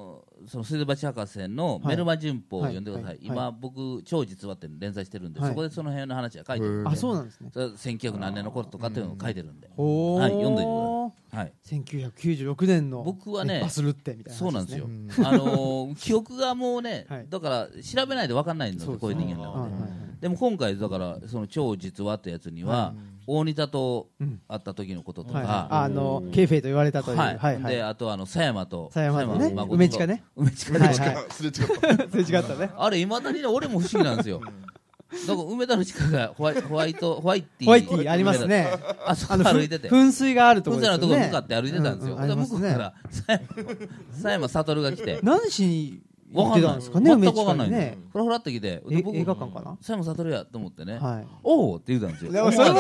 [SPEAKER 2] その水道橋博士のメルマ旬報を
[SPEAKER 1] はい
[SPEAKER 2] 読んでください、
[SPEAKER 1] はいはい
[SPEAKER 2] 今、僕、超実話って連載してるんで、
[SPEAKER 1] はい
[SPEAKER 2] そこでその辺の話は書いてるんで、
[SPEAKER 1] あそうなんですね
[SPEAKER 2] それは1900何年の頃とかっていうのを書いてるんで、
[SPEAKER 1] ほー
[SPEAKER 2] はい、読んでいてください。はい
[SPEAKER 1] 1996年の
[SPEAKER 2] 僕はね
[SPEAKER 1] バスルッテみたいな話、
[SPEAKER 2] そうなんですよ、あのー記憶がもうね、
[SPEAKER 1] はい
[SPEAKER 2] だから調べないと分かんないんです
[SPEAKER 1] そう
[SPEAKER 2] よ、
[SPEAKER 1] です
[SPEAKER 2] こう
[SPEAKER 1] ね
[SPEAKER 2] いう人間な
[SPEAKER 1] はい
[SPEAKER 2] の
[SPEAKER 1] はい
[SPEAKER 2] で、
[SPEAKER 1] はい
[SPEAKER 2] でも今回、だから、その超実話ってやつには、大仁田と会った時のこととか、
[SPEAKER 1] はいはい、あのケイフェイと言われたという、
[SPEAKER 2] はい、
[SPEAKER 1] はいはい
[SPEAKER 2] であとあの狭山と
[SPEAKER 1] 狭山とね
[SPEAKER 2] 誠
[SPEAKER 1] 梅近ね
[SPEAKER 2] 梅近
[SPEAKER 1] はい
[SPEAKER 2] です
[SPEAKER 1] はい
[SPEAKER 3] すれ違った
[SPEAKER 1] すれ違ったね
[SPEAKER 2] あれいまだにね俺も不思議なんですよなんか梅田の近くがホワイホワイトホワイティ
[SPEAKER 1] ホワイティありますね
[SPEAKER 2] あそこ
[SPEAKER 1] あのふ
[SPEAKER 2] 歩いてて
[SPEAKER 1] 噴水があるとこ
[SPEAKER 2] 噴
[SPEAKER 1] ろ
[SPEAKER 2] 水
[SPEAKER 1] ですよ
[SPEAKER 2] のと
[SPEAKER 1] ね
[SPEAKER 2] こ向かって歩いてたんですよ、
[SPEAKER 1] うんうんありますね
[SPEAKER 2] ほんで向こうから狭山狭山悟が来 て
[SPEAKER 1] 何しに行
[SPEAKER 2] わ
[SPEAKER 1] っ
[SPEAKER 2] か
[SPEAKER 1] て
[SPEAKER 2] んな
[SPEAKER 1] た
[SPEAKER 2] い
[SPEAKER 1] んですかね
[SPEAKER 2] 全
[SPEAKER 1] 梅
[SPEAKER 2] くわか
[SPEAKER 1] 近
[SPEAKER 2] んない
[SPEAKER 1] に
[SPEAKER 2] んですよ
[SPEAKER 1] ね
[SPEAKER 2] ふらふらって来て
[SPEAKER 1] え
[SPEAKER 2] で僕
[SPEAKER 1] 映画館かな
[SPEAKER 2] 狭山悟やと思ってね、
[SPEAKER 1] はい
[SPEAKER 2] おおって言うたんですよ
[SPEAKER 1] でも それも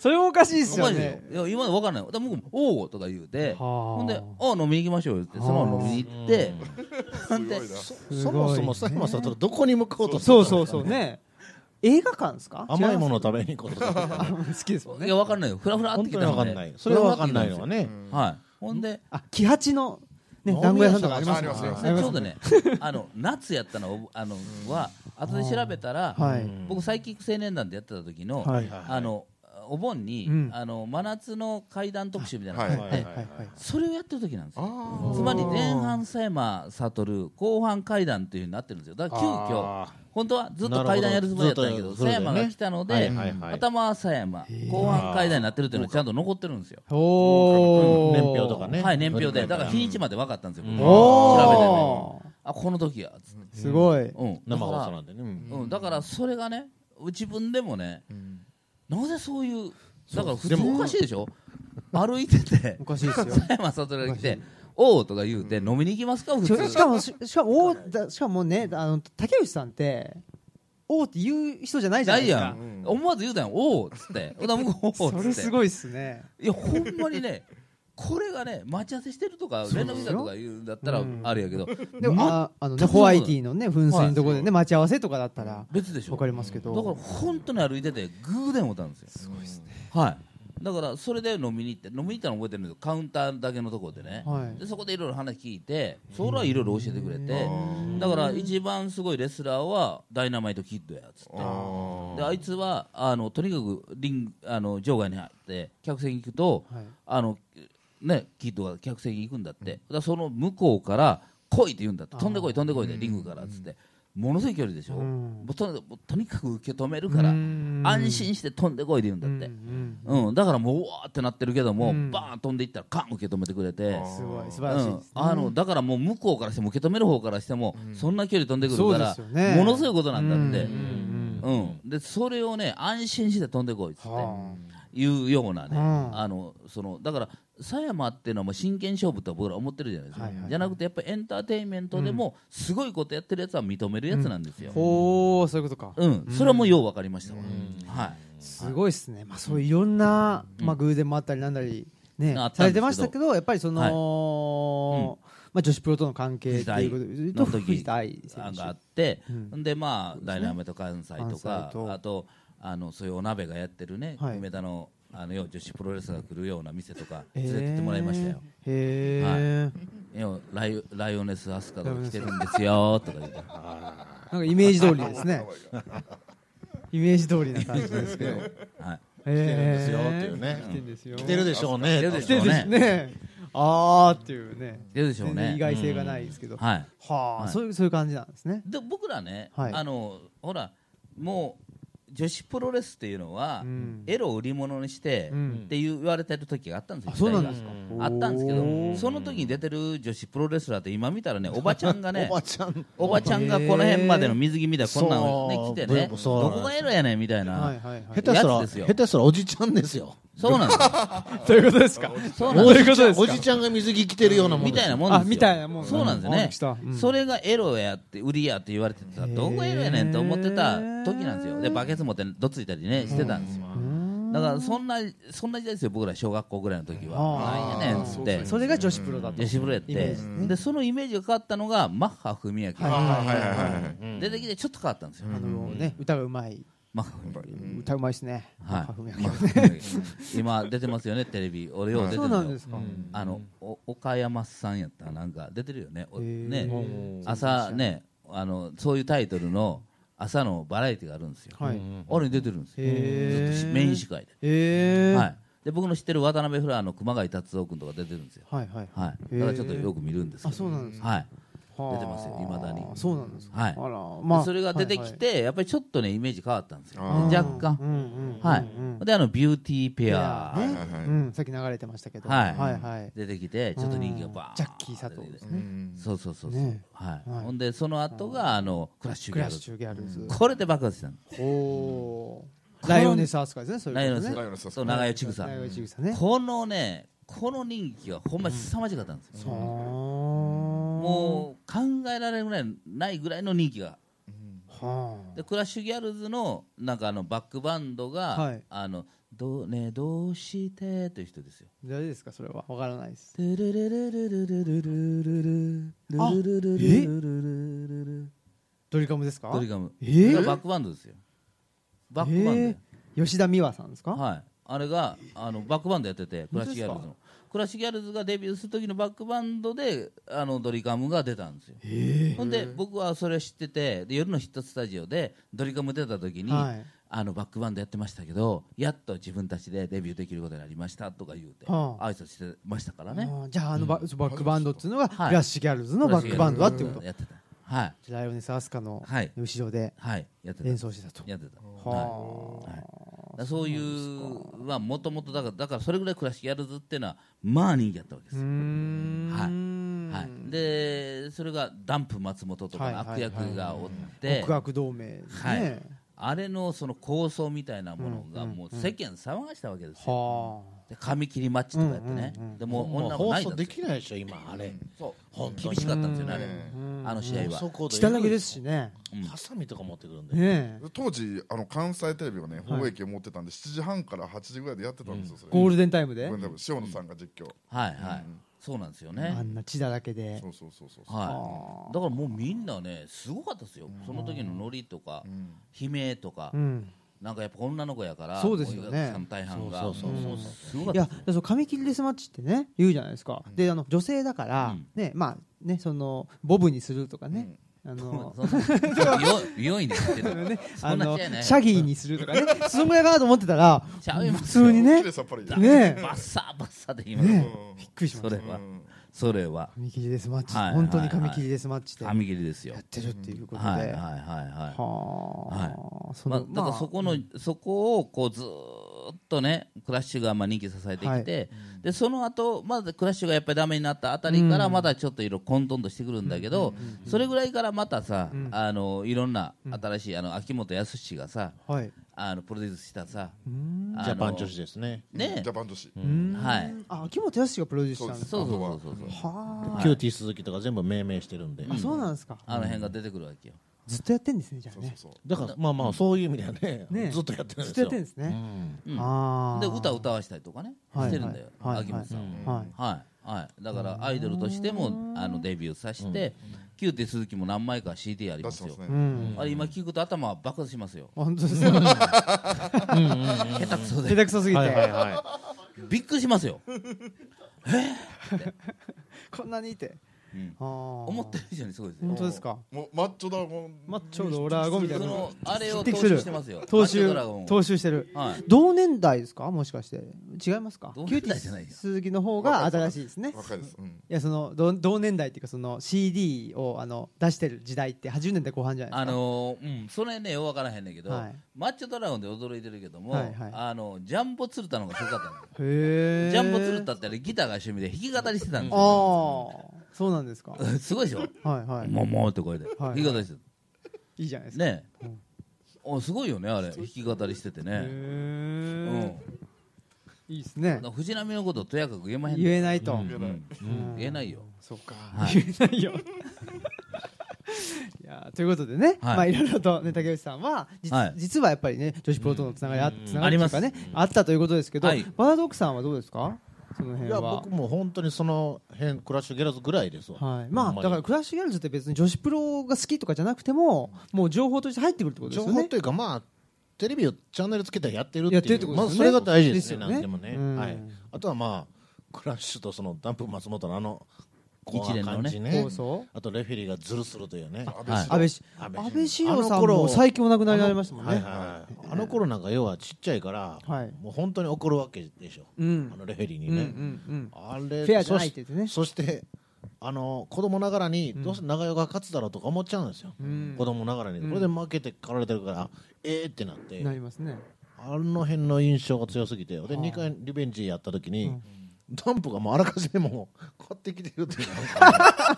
[SPEAKER 1] それもおかしいですよ
[SPEAKER 2] おかしいで
[SPEAKER 1] ね
[SPEAKER 2] すよいや今まで分かんないだから僕も「おお」とか言うて
[SPEAKER 1] はあ
[SPEAKER 2] ほんで「おう飲みに行きましょう」ってそのまま飲みに行ってほんで
[SPEAKER 4] そもそも佐久間さんとどこに向こうとする
[SPEAKER 1] そうそうそうね映画館ですか
[SPEAKER 4] 甘いものを
[SPEAKER 1] 違
[SPEAKER 4] 食べに行こうとする
[SPEAKER 1] いますあ好きですもん
[SPEAKER 2] い
[SPEAKER 1] ね
[SPEAKER 2] や分かんないよふらふらって
[SPEAKER 4] 本
[SPEAKER 2] 来た
[SPEAKER 4] 当にわかんないそれはわかんないのは
[SPEAKER 2] ね
[SPEAKER 4] ね
[SPEAKER 2] はいほんで
[SPEAKER 1] あ喜八のね
[SPEAKER 4] 飲
[SPEAKER 1] 団
[SPEAKER 4] み屋
[SPEAKER 1] 子屋さんとかあります
[SPEAKER 3] あります
[SPEAKER 1] ね
[SPEAKER 3] よ
[SPEAKER 2] それちょうどね、あの夏やったのをあのは後で調べたら、
[SPEAKER 1] はい
[SPEAKER 2] 僕サイキック青年団でやってた時の、
[SPEAKER 1] はいはい
[SPEAKER 2] あのお盆に、
[SPEAKER 1] うん
[SPEAKER 2] あの真夏の怪談特集みたいなのがあ
[SPEAKER 1] は
[SPEAKER 2] って、
[SPEAKER 3] はいい
[SPEAKER 1] はいはい
[SPEAKER 2] それをやってる時なんですよ。
[SPEAKER 3] あ
[SPEAKER 2] つまり前半佐山悟後半怪談というふうになってるんですよだから急
[SPEAKER 4] あ
[SPEAKER 2] 遽
[SPEAKER 4] ー
[SPEAKER 2] 本当はずっと怪談やるつもりだったんだけど
[SPEAKER 4] なるほどず
[SPEAKER 2] 佐
[SPEAKER 4] っとそうだよ
[SPEAKER 2] 山
[SPEAKER 4] ね
[SPEAKER 2] が来たので、
[SPEAKER 4] はいはいはい
[SPEAKER 2] 頭は佐山後半怪談になってるっていうのがちゃんと残ってるんですよ。
[SPEAKER 1] おお
[SPEAKER 4] 年表とかね
[SPEAKER 2] はい、年表で、だから日
[SPEAKER 4] 生
[SPEAKER 2] にちまで分かったんですよ、僕調べてね、
[SPEAKER 1] おお
[SPEAKER 2] あこの時や、つって
[SPEAKER 1] すごい
[SPEAKER 2] うん、
[SPEAKER 4] 放
[SPEAKER 2] だ
[SPEAKER 4] 送
[SPEAKER 2] か
[SPEAKER 4] なんでねうん
[SPEAKER 2] ら、うん、だからそれがね、自分でもね、
[SPEAKER 4] ん
[SPEAKER 2] なぜそういうだから普通
[SPEAKER 4] でも
[SPEAKER 2] おかしいでしょ歩いてて
[SPEAKER 1] おかしいで すよ
[SPEAKER 2] 佐山悟が来て「おう」とか言うて、飲みに行きますか普
[SPEAKER 1] ち
[SPEAKER 2] 通
[SPEAKER 1] ょしかもししかもおだしかもねあの竹内さんっておーって言う人じゃないじゃ
[SPEAKER 2] な
[SPEAKER 1] ない
[SPEAKER 2] い
[SPEAKER 1] です
[SPEAKER 2] や
[SPEAKER 1] か
[SPEAKER 2] ん、思わず言うたんやん「おう」っつ ってほな向こう「おう」
[SPEAKER 1] そ
[SPEAKER 2] っ
[SPEAKER 1] れ
[SPEAKER 2] つって
[SPEAKER 1] すごいっすね
[SPEAKER 2] いやほんまにねこれがね待ち合わせしてるとか連絡したとか言うんだったら
[SPEAKER 1] うん
[SPEAKER 2] あるやけど、
[SPEAKER 1] でも、
[SPEAKER 2] ま
[SPEAKER 1] ああのね
[SPEAKER 2] 全く
[SPEAKER 1] ホワイティのね噴水のところでね待ち合わせとかだったら
[SPEAKER 2] 別でしょ
[SPEAKER 1] わかりますけど
[SPEAKER 2] だから本当に歩いてて偶然思ったんですよすごいですねはいだからそれで飲みに行って飲みに行ったの覚えてるんですよカウンターだけのところでね、
[SPEAKER 1] はい
[SPEAKER 2] でそこでいろいろ話聞いてそれはいろいろ教えてくれてだから一番すごいレスラーはダイナマイトキッドやっつってであいつはあのとにかくリングあの場外に入って客席に行くと、
[SPEAKER 1] はい
[SPEAKER 2] あのね、キッドが客席に行くんだって、だからその向こうから来いって言うんだって飛んでこい飛んでこいでリングからっつって、ものすごい距離でしょ、
[SPEAKER 1] ん
[SPEAKER 2] もうとにかくもうとにかく受け止めるから
[SPEAKER 1] うん
[SPEAKER 2] 安心して飛んでこいで言うんだって、
[SPEAKER 1] うん
[SPEAKER 2] うんだからもううわーってなってるけども、
[SPEAKER 1] うん
[SPEAKER 2] バーン飛んでいったらカン受け止めてくれて。
[SPEAKER 1] すごい素晴
[SPEAKER 2] う
[SPEAKER 1] らしいで
[SPEAKER 2] ん
[SPEAKER 1] す、
[SPEAKER 2] あのだからもう向こうからしても受け止める方からしても、そんな距離飛んでくるから、
[SPEAKER 1] そうですよね
[SPEAKER 2] ものすごいことなんだっ
[SPEAKER 1] う
[SPEAKER 2] て、
[SPEAKER 1] んうん
[SPEAKER 2] うんでそれをね安心して飛んでこいっつって、
[SPEAKER 1] は
[SPEAKER 2] いうようなね、
[SPEAKER 1] うん
[SPEAKER 2] あのそのだから狭山っていうのはもう真剣勝負と僕ら思ってるじゃないですか、
[SPEAKER 1] はいはい
[SPEAKER 2] じゃなくてやっぱりエンターテインメントでもすごいことやってるやつは認めるやつなんですよ
[SPEAKER 1] あ、ほうそういうことか
[SPEAKER 2] うんそれはもうよう分かりましたわ、はい
[SPEAKER 1] すごいですね、まあ、そういういろんな、まあ、偶然もあったりなんだり、ね
[SPEAKER 2] あっ、た
[SPEAKER 1] され
[SPEAKER 2] んですけど
[SPEAKER 1] てましたけど、やっぱりその、まあ、女子プロとの関係っていうことで言うと、藤
[SPEAKER 2] 時
[SPEAKER 1] 田愛選手
[SPEAKER 2] があって、
[SPEAKER 1] うん
[SPEAKER 2] でまあ、ダイナメと関西と
[SPEAKER 1] 関
[SPEAKER 2] か
[SPEAKER 1] 西と
[SPEAKER 2] あとあのそういうお鍋がやってるね、
[SPEAKER 1] はい
[SPEAKER 2] 梅田のあのよう女子プロレスが来るような店とか
[SPEAKER 1] へ
[SPEAKER 2] 連
[SPEAKER 1] ー
[SPEAKER 2] れてってもらいましたよ。
[SPEAKER 1] へえ、
[SPEAKER 2] いやライライオネスアスカが来てるんで すよとか言って
[SPEAKER 1] なんかイメージ通りです ね、イメージ通りな感じですけど、へ
[SPEAKER 2] はい、
[SPEAKER 1] え
[SPEAKER 4] 来てるんですよっていうね
[SPEAKER 1] 来てるんですよ、
[SPEAKER 4] 来てるでしょう
[SPEAKER 2] 来
[SPEAKER 4] ね
[SPEAKER 2] てる で
[SPEAKER 1] 来
[SPEAKER 2] し
[SPEAKER 1] て
[SPEAKER 2] ょ
[SPEAKER 1] るですね、あーっていうね、
[SPEAKER 2] 出るでしょう
[SPEAKER 1] 全然
[SPEAKER 2] ね
[SPEAKER 1] 意外性がないですけど、
[SPEAKER 2] はい、
[SPEAKER 1] は
[SPEAKER 2] は
[SPEAKER 1] あ、
[SPEAKER 2] い
[SPEAKER 1] そういうそういう感じなんですね、
[SPEAKER 2] で僕らね、
[SPEAKER 1] はい
[SPEAKER 2] あのほらもう女子プロレスっていうのは、
[SPEAKER 1] うん
[SPEAKER 2] エロを売り物にして、
[SPEAKER 1] うん
[SPEAKER 2] って言われてる時があったんですよ
[SPEAKER 1] あそうなん
[SPEAKER 2] 時代が
[SPEAKER 1] ですか
[SPEAKER 2] あったんですけ
[SPEAKER 1] お
[SPEAKER 2] ど
[SPEAKER 1] ー
[SPEAKER 2] その時に出てる女子プロレスラーって今見たらねおばちゃんがね
[SPEAKER 4] おばちゃん
[SPEAKER 2] おばちゃんがこの辺までの水着みたいなこんなの、ね、
[SPEAKER 4] そ
[SPEAKER 2] 着
[SPEAKER 4] う
[SPEAKER 2] てねど
[SPEAKER 4] ブーそうなんです
[SPEAKER 2] こがエロやねんみたいな、
[SPEAKER 1] はいはいは
[SPEAKER 4] 下
[SPEAKER 1] い、
[SPEAKER 4] 手した
[SPEAKER 2] や
[SPEAKER 4] ら
[SPEAKER 2] つですよ
[SPEAKER 4] 下手したらおじちゃんですよ
[SPEAKER 2] そ うなんですよ
[SPEAKER 1] ということですか、
[SPEAKER 2] そうなん
[SPEAKER 1] ど
[SPEAKER 2] で
[SPEAKER 1] う
[SPEAKER 2] す
[SPEAKER 1] いうことですか
[SPEAKER 4] おじちゃんが水着着てるようなもん
[SPEAKER 2] み
[SPEAKER 4] です
[SPEAKER 2] たい
[SPEAKER 4] よ
[SPEAKER 2] なもんですよ
[SPEAKER 1] あみたいなもん
[SPEAKER 2] そうなんで
[SPEAKER 1] あ
[SPEAKER 2] す
[SPEAKER 1] びっくりした
[SPEAKER 2] ね、
[SPEAKER 1] うん
[SPEAKER 2] それがエロやって売りやって言われてたどこエロやねんと思ってた時なんですよでバケツ持ってどついたりねしてたんですよ、だからそんなそんな時代ですよ僕ら小学校ぐらいの時は
[SPEAKER 1] あ
[SPEAKER 2] なんやねんっつって
[SPEAKER 1] それが女子プロだと
[SPEAKER 2] 女子プロやって、でそのイメージが変わったのがマッハ文明
[SPEAKER 3] あ
[SPEAKER 1] は
[SPEAKER 2] が
[SPEAKER 3] あはいはいはいはい
[SPEAKER 2] 出てきてちょっと変わったんですよ、
[SPEAKER 1] あのね、歌がうまい、
[SPEAKER 2] マッハ文明
[SPEAKER 1] 歌うまいですね。
[SPEAKER 2] はい
[SPEAKER 1] 花粉やけ
[SPEAKER 2] マ
[SPEAKER 1] ど
[SPEAKER 2] ッハ文明今出てますよねテレビ俺よう出て
[SPEAKER 1] そう
[SPEAKER 2] る
[SPEAKER 1] な
[SPEAKER 2] の
[SPEAKER 1] ん
[SPEAKER 2] よ
[SPEAKER 1] ですか。
[SPEAKER 2] あのお岡山さんやったらなんか出てるよねお
[SPEAKER 1] へー
[SPEAKER 2] ね朝ねあのそういうタイトルの朝のバラエティがあるんですよ、
[SPEAKER 1] はい。
[SPEAKER 2] あれに出てるんですよ
[SPEAKER 1] へー
[SPEAKER 2] ずっとメイン司会で,、
[SPEAKER 1] ええ。
[SPEAKER 2] はい、で僕の知ってる渡辺フラーの熊谷達夫君とか出てるんですよ、
[SPEAKER 1] はいはい。
[SPEAKER 2] はい、だからちょっとよく見るんですけど
[SPEAKER 1] あそうなんです
[SPEAKER 2] はい
[SPEAKER 1] はあ
[SPEAKER 2] 出てますよ未だに
[SPEAKER 1] そうなんですか。
[SPEAKER 2] はい
[SPEAKER 1] あらまあ。
[SPEAKER 2] でそれが出てき
[SPEAKER 1] はい
[SPEAKER 2] て、やっぱりちょっとねイメージ変わったんですよ
[SPEAKER 3] あ
[SPEAKER 1] ー
[SPEAKER 2] 若干、
[SPEAKER 1] はい。うんうん。
[SPEAKER 2] はい、
[SPEAKER 1] うん
[SPEAKER 2] であのビューティーペ
[SPEAKER 1] ペ
[SPEAKER 2] ア
[SPEAKER 1] ア
[SPEAKER 3] はい
[SPEAKER 1] ね
[SPEAKER 3] はいはい
[SPEAKER 1] うん。さっき流れてましたけど。
[SPEAKER 2] はい
[SPEAKER 1] はいはい。
[SPEAKER 2] 出てきてちょっと人気がバーン
[SPEAKER 1] ジャッキー佐藤ですね。
[SPEAKER 2] そうそうそうそう、
[SPEAKER 1] ね
[SPEAKER 2] はい
[SPEAKER 1] はい
[SPEAKER 2] ほんでその後があのクラッシュ
[SPEAKER 1] ク
[SPEAKER 2] ギャ
[SPEAKER 1] ラッ
[SPEAKER 2] ル
[SPEAKER 1] シュギャルズ。
[SPEAKER 2] これで爆発したの
[SPEAKER 1] ほう。ライオネスアスカですね。そう
[SPEAKER 2] ラ
[SPEAKER 1] い
[SPEAKER 2] イ
[SPEAKER 1] う
[SPEAKER 2] オ
[SPEAKER 1] こ
[SPEAKER 2] ン
[SPEAKER 1] と
[SPEAKER 2] ズ
[SPEAKER 1] ね。
[SPEAKER 3] ライオネスアスカ
[SPEAKER 2] そう長与千草
[SPEAKER 1] ライオネスアスカね。
[SPEAKER 2] このねこの人気がほんま凄まじかったんですよ、
[SPEAKER 1] そう。も
[SPEAKER 2] もう考えられるぐらいないぐらいの人気が
[SPEAKER 1] う。はあ。
[SPEAKER 2] でクラッシュギャルズのなんかあのバックバンドが「
[SPEAKER 1] はい
[SPEAKER 2] あのどうねどうして」という人ですよ
[SPEAKER 1] 誰ですかそれは。わからないです
[SPEAKER 2] 「。ルルルルルルルルルル
[SPEAKER 1] あ
[SPEAKER 2] ルルルルル
[SPEAKER 1] え
[SPEAKER 2] ルルル
[SPEAKER 1] ドリカムですか。
[SPEAKER 2] ドリカム
[SPEAKER 1] え
[SPEAKER 2] そ
[SPEAKER 1] ー
[SPEAKER 2] れがバックバンドですよバックバンドや、
[SPEAKER 1] えー吉田美和さんですか、
[SPEAKER 2] はい、あれがあのバックバンドやっててクラッシュギャルズ
[SPEAKER 1] 本当
[SPEAKER 2] のクラッシュギャルズがデビューする時のバックバンドであのドリカムが出たんですよほんで僕はそれ知っててで夜のヒットスタジオでドリカム出た時に、
[SPEAKER 1] はい
[SPEAKER 2] あのバックバンドやってましたけどやっと自分たちでデビューできることになりましたとか言うて、
[SPEAKER 1] はあ
[SPEAKER 2] 挨拶してましたからね
[SPEAKER 1] あーじゃああのバ,、バックバンドっていうのが、
[SPEAKER 2] はい
[SPEAKER 1] クラッシュギャルズのバックバンドだっていうこと
[SPEAKER 2] やってたはい
[SPEAKER 1] ライオネス・アスカの
[SPEAKER 2] はい
[SPEAKER 1] 後ろで
[SPEAKER 2] はいやってた
[SPEAKER 1] 演奏してたと、
[SPEAKER 2] やってた
[SPEAKER 1] はあ
[SPEAKER 2] はいはいだからそういうはもともとだからだからそれぐらいクラシックやるずっていうのはまあ人気やったわけです
[SPEAKER 1] うー
[SPEAKER 2] よ、
[SPEAKER 1] ん
[SPEAKER 2] はい、でそれがダンプ松本と
[SPEAKER 1] はいは
[SPEAKER 2] か
[SPEAKER 1] いはい
[SPEAKER 2] 悪役がおって、
[SPEAKER 1] 極悪同盟ですね、
[SPEAKER 2] はいあれのその構想みたいなものがもう世間騒がしたわけですよ、
[SPEAKER 1] は
[SPEAKER 2] で髪切りマッチとかやってね、でもう女も
[SPEAKER 4] 放
[SPEAKER 2] ないん
[SPEAKER 4] 送
[SPEAKER 2] だっ
[SPEAKER 4] で
[SPEAKER 2] て
[SPEAKER 4] きないでしょ今あれ
[SPEAKER 2] そう厳しかったんですよね、あれあの試合は
[SPEAKER 4] そ。こ
[SPEAKER 1] あ
[SPEAKER 4] で
[SPEAKER 1] 血だらけですしね
[SPEAKER 4] ハサミとか持ってくるんで、
[SPEAKER 1] ねえ
[SPEAKER 3] 当時あの関西テレビがね放映権を持ってたんで、7時半から8時ぐらいでやってたんですよそれ
[SPEAKER 1] ゴールデンタイムで
[SPEAKER 3] ごめんなさい塩野さんが実況、
[SPEAKER 2] はいはい、そうなんですよね
[SPEAKER 1] あ。んな血だらけで
[SPEAKER 3] そうそうそうそう
[SPEAKER 2] はい、だからもうみんなねすごかったですよ、その時のノリとか、悲鳴とか、
[SPEAKER 1] うん
[SPEAKER 2] なんかやっぱ女の子やから
[SPEAKER 1] そうですよね
[SPEAKER 2] もお客さんの大半が
[SPEAKER 4] そうそうそうそう
[SPEAKER 2] うんすごか
[SPEAKER 1] い
[SPEAKER 2] った
[SPEAKER 1] や
[SPEAKER 2] ですよ
[SPEAKER 1] でそう髪切りデスマッチってね言うじゃないですか、であの女性だから、
[SPEAKER 2] うん
[SPEAKER 1] ねまあねそのボブにするとかね、あの
[SPEAKER 2] そ んな美容美容院で言ってる、そ
[SPEAKER 1] あ
[SPEAKER 2] んな
[SPEAKER 1] の
[SPEAKER 2] 試合ない
[SPEAKER 1] シャギーにするとかね、そのぐらいかなと思ってたら、
[SPEAKER 2] ちゃいま
[SPEAKER 1] 普
[SPEAKER 2] すよ
[SPEAKER 1] 通にね、
[SPEAKER 3] 綺
[SPEAKER 1] び
[SPEAKER 3] 麗
[SPEAKER 1] っ
[SPEAKER 3] さっぱり
[SPEAKER 1] ねえ
[SPEAKER 2] バッサーバッサーで言います、
[SPEAKER 3] うん
[SPEAKER 1] くりしま
[SPEAKER 2] そ
[SPEAKER 1] し
[SPEAKER 2] れ
[SPEAKER 1] た。
[SPEAKER 2] は
[SPEAKER 3] うん
[SPEAKER 2] それは
[SPEAKER 1] 髪切りデスマッチ、
[SPEAKER 2] はい
[SPEAKER 1] 本当に髪切りデスマッチでや
[SPEAKER 2] 髪切りですよ
[SPEAKER 1] ってるっていうことで、
[SPEAKER 2] はい
[SPEAKER 1] は
[SPEAKER 2] はいはい
[SPEAKER 1] あ、
[SPEAKER 2] はい
[SPEAKER 1] そ
[SPEAKER 2] まあ、
[SPEAKER 1] の
[SPEAKER 2] だからそこの、そこをこうずーっとねクラッシュがまあ人気支えてきて、でその後まずクラッシュがやっぱりダメになったあたりからまだちょっと色々混沌としてくるんだけど、それぐらいからまたさ、あのいろんな新しいあの秋元康がさ
[SPEAKER 1] はい、
[SPEAKER 2] あのプロデュースしたさ
[SPEAKER 1] うん、
[SPEAKER 2] あの
[SPEAKER 4] ジャパン女子ですね
[SPEAKER 2] ね
[SPEAKER 3] ジャパン女子、
[SPEAKER 2] はい
[SPEAKER 1] あ、秋元康がプロデュースしたんですか。
[SPEAKER 2] そうそうそうそうそう
[SPEAKER 1] は
[SPEAKER 4] キューティー鈴木とか全部命名してるんで、
[SPEAKER 1] あ、あ、そうなんですか。
[SPEAKER 2] あの辺が出てくるわけよ
[SPEAKER 1] ずっとやってんですね、じゃあね。
[SPEAKER 3] そうそう
[SPEAKER 4] だからまあまあそういう意味ではね
[SPEAKER 1] ね
[SPEAKER 4] ずっとやってるん
[SPEAKER 1] ずっと
[SPEAKER 4] です
[SPEAKER 1] や
[SPEAKER 4] よ
[SPEAKER 1] ってんです
[SPEAKER 4] う
[SPEAKER 1] ね。
[SPEAKER 4] ん
[SPEAKER 1] ああ。
[SPEAKER 2] で歌を歌わしたりとかね
[SPEAKER 1] はい
[SPEAKER 2] してるんだよ、
[SPEAKER 1] はいはい
[SPEAKER 2] 秋元さんは。
[SPEAKER 1] はい。
[SPEAKER 2] はいはい、だからアイドルとしてもあのデビューさせて、キューティー鈴木も何枚か CD あり
[SPEAKER 3] 出
[SPEAKER 2] ま
[SPEAKER 3] し
[SPEAKER 2] す
[SPEAKER 3] てま
[SPEAKER 2] よ
[SPEAKER 3] すね、
[SPEAKER 1] うん。
[SPEAKER 2] あれ今聞くと頭爆発しますよ
[SPEAKER 1] 本当ですね。下
[SPEAKER 2] 下手くそ
[SPEAKER 1] 手
[SPEAKER 2] で
[SPEAKER 1] くそすぎ
[SPEAKER 4] はいはい
[SPEAKER 1] て、
[SPEAKER 4] は
[SPEAKER 2] びっくりしますよ
[SPEAKER 1] こんなにいて
[SPEAKER 2] ん。
[SPEAKER 1] ああ。
[SPEAKER 2] 思ってる以上にすごいですよ
[SPEAKER 1] 本当ですか。
[SPEAKER 3] もうマッチョだもん
[SPEAKER 1] マッチョドラゴンみたい
[SPEAKER 2] そ
[SPEAKER 1] な。
[SPEAKER 2] のあれを
[SPEAKER 1] 匹
[SPEAKER 2] 踏
[SPEAKER 1] 敵する
[SPEAKER 2] 襲してますよ
[SPEAKER 1] 踏
[SPEAKER 2] マッチョ
[SPEAKER 1] 襲
[SPEAKER 2] ドラゴンを
[SPEAKER 1] 踏襲してる。
[SPEAKER 2] はい
[SPEAKER 1] 同年代ですかもしかして違いますか
[SPEAKER 2] 同
[SPEAKER 1] キューテ
[SPEAKER 2] 年
[SPEAKER 1] ィ
[SPEAKER 2] 代じゃないよ
[SPEAKER 1] ー鈴木の方が新しいですね
[SPEAKER 3] 若いです、うん
[SPEAKER 1] いやその同同年代っていうかその CD をあの出してる時代って80年代後半じゃない
[SPEAKER 2] あ
[SPEAKER 1] ですか
[SPEAKER 2] のーうん、それねよう分からへんねんけど、
[SPEAKER 1] はい
[SPEAKER 2] マッチョドラゴンで驚いてるけども、
[SPEAKER 1] はいはい
[SPEAKER 2] あのジャンボ鶴田の方がすごかったの
[SPEAKER 1] へえ
[SPEAKER 2] ジャンボ鶴田ってあれギターが趣味で弾き語りしてたんです
[SPEAKER 1] ああ
[SPEAKER 2] よ
[SPEAKER 1] そうなんですかは
[SPEAKER 2] すごいでしょ
[SPEAKER 1] いはい
[SPEAKER 2] もうもうって声で
[SPEAKER 1] はい
[SPEAKER 2] 弾き語りしてた
[SPEAKER 1] いいじゃないですか
[SPEAKER 2] ねえ、おすごいよねあれ弾き語りしてて
[SPEAKER 1] へ
[SPEAKER 2] ね、う
[SPEAKER 1] え
[SPEAKER 2] ん、
[SPEAKER 1] いいですね
[SPEAKER 2] な藤波のこととやかく言えまへん
[SPEAKER 1] 言
[SPEAKER 2] ね
[SPEAKER 1] えないと
[SPEAKER 3] 言えない
[SPEAKER 1] うん
[SPEAKER 2] 言えないよ
[SPEAKER 1] そうか
[SPEAKER 2] はい
[SPEAKER 1] 言えないよ いやーということでね、
[SPEAKER 2] はい
[SPEAKER 1] まあいろいろとね竹内さんは実,、
[SPEAKER 2] はい
[SPEAKER 1] 実はやっぱりね女子プロとのつながりあつなが
[SPEAKER 2] あ
[SPEAKER 1] り
[SPEAKER 2] り
[SPEAKER 1] という
[SPEAKER 2] ま
[SPEAKER 1] か
[SPEAKER 2] す
[SPEAKER 1] ねあったということですけど、
[SPEAKER 2] はい
[SPEAKER 1] バードックさんはどうですかその
[SPEAKER 4] い、い
[SPEAKER 1] 辺は
[SPEAKER 4] や僕も本当にその辺クラッシュゲラーズぐらいですわ、
[SPEAKER 1] はい、ま
[SPEAKER 4] ほ
[SPEAKER 1] あ
[SPEAKER 4] んに
[SPEAKER 1] だからクラッシュギャルズって別に女子プロが好きとかじゃなくてももう情報として入ってくるってことです
[SPEAKER 4] 情
[SPEAKER 1] よ
[SPEAKER 4] 報
[SPEAKER 1] ね
[SPEAKER 4] というかまあテレビをチャンネルつけてやってるってい
[SPEAKER 1] や
[SPEAKER 4] う
[SPEAKER 1] ってるってこと
[SPEAKER 4] ま
[SPEAKER 1] で
[SPEAKER 4] ず
[SPEAKER 1] す
[SPEAKER 4] そ
[SPEAKER 1] よね
[SPEAKER 4] れが大事です
[SPEAKER 1] で
[SPEAKER 4] ね
[SPEAKER 1] すよね
[SPEAKER 4] 何でもね、
[SPEAKER 1] うん
[SPEAKER 4] はい、あとはまあクラッシュとそのダンプ松本のあのこ
[SPEAKER 2] 一連
[SPEAKER 4] う
[SPEAKER 2] のね
[SPEAKER 4] 感じね
[SPEAKER 1] 放送
[SPEAKER 4] あとレフェリーがズルするというね
[SPEAKER 3] 安倍氏
[SPEAKER 1] 安倍し
[SPEAKER 4] 安
[SPEAKER 1] 安
[SPEAKER 4] 倍
[SPEAKER 1] 倍晋
[SPEAKER 4] 晋三
[SPEAKER 1] 郎さ
[SPEAKER 4] あ
[SPEAKER 1] ん
[SPEAKER 4] の頃
[SPEAKER 1] も最近お亡くなりになりましたもんね、
[SPEAKER 4] はいはいはいあの頃なんか要はちっちゃいから、
[SPEAKER 1] はい
[SPEAKER 4] もう本当に怒るわけでしょ、
[SPEAKER 1] うん
[SPEAKER 4] あのレフェリーに
[SPEAKER 1] うんうんう
[SPEAKER 4] ね、
[SPEAKER 1] ん
[SPEAKER 4] あれ
[SPEAKER 1] フェアじゃないって言ってね
[SPEAKER 4] そしそしてあの子供ながらにどうせ長与が勝つだろうとか思っちゃうんですよ、子供ながらにこれで負けてかられてるから、ええってなって
[SPEAKER 1] なりますね
[SPEAKER 4] あの辺の印象が強すぎてで2回リベンジやった時に、ダンプがもうあらかじめも う買ってきてるっていうか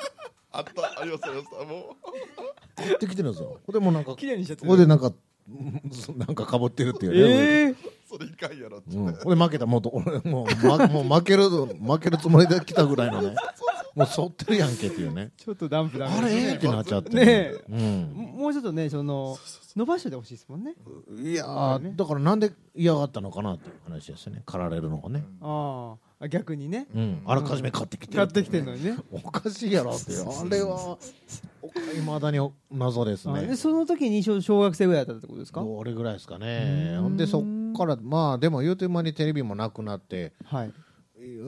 [SPEAKER 3] あったありましたありましたもう
[SPEAKER 4] 買ってきてるんですよ これもうなんか
[SPEAKER 1] 綺麗にしちゃってる
[SPEAKER 4] ここでなんかうんなんかかぶってるっていうね、
[SPEAKER 1] ええ
[SPEAKER 3] それいかんやろって、
[SPEAKER 4] うん、俺負けたもうと俺もう,、ま、 もう負ける負けるつもりで来たぐらい のねもう反ってるやんけっていうね
[SPEAKER 1] ちょっとダンプダメ
[SPEAKER 4] あれええってなっちゃって
[SPEAKER 1] ねえ
[SPEAKER 4] うん
[SPEAKER 1] ももうちょっとねその伸ばしててほしいですもんね
[SPEAKER 4] いやーだからなんで嫌がったのかなっていう話ですよね駆られるのがね、
[SPEAKER 1] ああ逆にね
[SPEAKER 4] うん、あらかじめ買ってきて
[SPEAKER 1] 買
[SPEAKER 4] る
[SPEAKER 1] ってきてるのにね
[SPEAKER 4] おかしいやろっていうあれはいまだにお謎です
[SPEAKER 1] あで
[SPEAKER 4] ね
[SPEAKER 1] その時に小小学生ぐらいだったってことですか
[SPEAKER 4] どれぐらいですかねほんでそっからまあでも言うてる間にテレビもなくなって
[SPEAKER 1] はい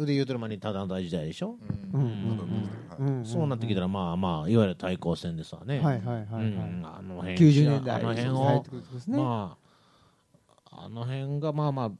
[SPEAKER 4] で言うてる間にただの大時代でしょ、
[SPEAKER 1] うんうん
[SPEAKER 4] そうなってきたらまあまあいわゆる対抗戦ですわね、
[SPEAKER 1] はいはいはいは
[SPEAKER 4] う
[SPEAKER 1] い
[SPEAKER 4] ん、あの辺
[SPEAKER 1] 90年代
[SPEAKER 4] あの辺
[SPEAKER 1] 入っ
[SPEAKER 4] を
[SPEAKER 1] てくるってことですね
[SPEAKER 4] まああの辺がまあまあ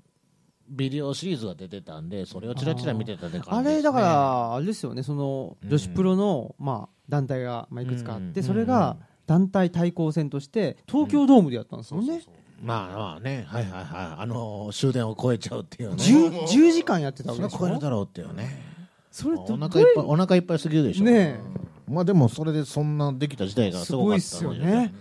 [SPEAKER 4] ビデオシリーズが出てたんでそれをちらちら見てたって感じです、ね、
[SPEAKER 1] あれだからあれですよねその女子プロのまあ団体がまあいくつかあって
[SPEAKER 4] うん
[SPEAKER 1] それが団体対抗戦として東京ドームでやったんですもんね
[SPEAKER 4] まあまあねはいはいはいあのー終電を超えちゃうっていうね
[SPEAKER 1] 10, 10時間やってたわ
[SPEAKER 4] そ
[SPEAKER 1] け
[SPEAKER 4] れ
[SPEAKER 1] でし
[SPEAKER 4] は超える
[SPEAKER 1] ょ
[SPEAKER 4] だろうっていうね
[SPEAKER 1] それって
[SPEAKER 4] お腹いっぱいお腹いっぱいすぎるでしょ
[SPEAKER 1] ね
[SPEAKER 4] まあでもそれでそんなできた時代が
[SPEAKER 1] え
[SPEAKER 4] す
[SPEAKER 1] す
[SPEAKER 4] ご
[SPEAKER 1] ご
[SPEAKER 4] か
[SPEAKER 1] い
[SPEAKER 4] っ
[SPEAKER 1] ったすよ
[SPEAKER 4] ので
[SPEAKER 1] ね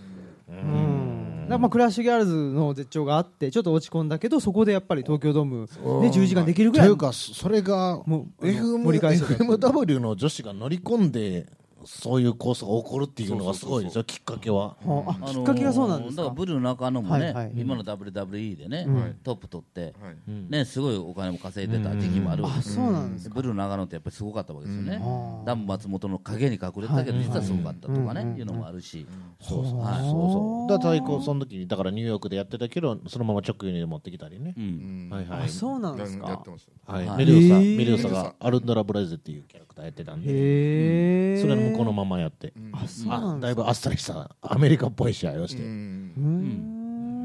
[SPEAKER 1] うんらまあクラッシュギャルズの絶頂があってちょっと落ち込んだけどそこでやっぱり東京ドームで10時間できるぐ
[SPEAKER 4] と
[SPEAKER 1] ら
[SPEAKER 4] い
[SPEAKER 1] いう
[SPEAKER 4] かそれが
[SPEAKER 1] もう
[SPEAKER 4] FM
[SPEAKER 1] 盛り返す
[SPEAKER 4] FMW の女子が乗り込んでそういう構想が起こるっていうのがすごいですよきっかけは
[SPEAKER 1] はあ
[SPEAKER 2] あの
[SPEAKER 1] あ
[SPEAKER 2] ー
[SPEAKER 1] きっかけがそうなんです
[SPEAKER 2] だから
[SPEAKER 1] か
[SPEAKER 2] ブルーの中野もね、
[SPEAKER 1] はいはい
[SPEAKER 2] 今の WWE でね、
[SPEAKER 1] うん
[SPEAKER 2] トップ取って、
[SPEAKER 3] はい
[SPEAKER 2] ね、すごいお金も稼いでた時期もあるわけ
[SPEAKER 1] あそうなんです
[SPEAKER 2] でブルーの中野ってやっぱりすごかったわけですよね、
[SPEAKER 1] あー
[SPEAKER 2] ダム松本の影に隠れてたけど、実はすごかったとかね、いうのもあるし、そうそうはいそうそう
[SPEAKER 4] だから対抗その時にだからニューヨークでやってたけどそのまま直輸入持ってきたりね
[SPEAKER 2] う、ん
[SPEAKER 3] うん
[SPEAKER 4] はいはい
[SPEAKER 1] あそうなんです
[SPEAKER 3] や
[SPEAKER 1] か
[SPEAKER 3] ってました
[SPEAKER 4] はい
[SPEAKER 2] はい
[SPEAKER 4] メリオサ、
[SPEAKER 1] へー
[SPEAKER 4] メリオサがアルンドラ・ブライズっていうキャラクターやってたんで
[SPEAKER 1] へえ
[SPEAKER 4] それの向こうのままやって、
[SPEAKER 1] あそうな
[SPEAKER 4] あ
[SPEAKER 1] ん
[SPEAKER 4] だ
[SPEAKER 1] だ
[SPEAKER 4] いぶあっさりしたアメリカっぽい試合をし
[SPEAKER 3] う
[SPEAKER 4] て、
[SPEAKER 3] ん
[SPEAKER 1] うん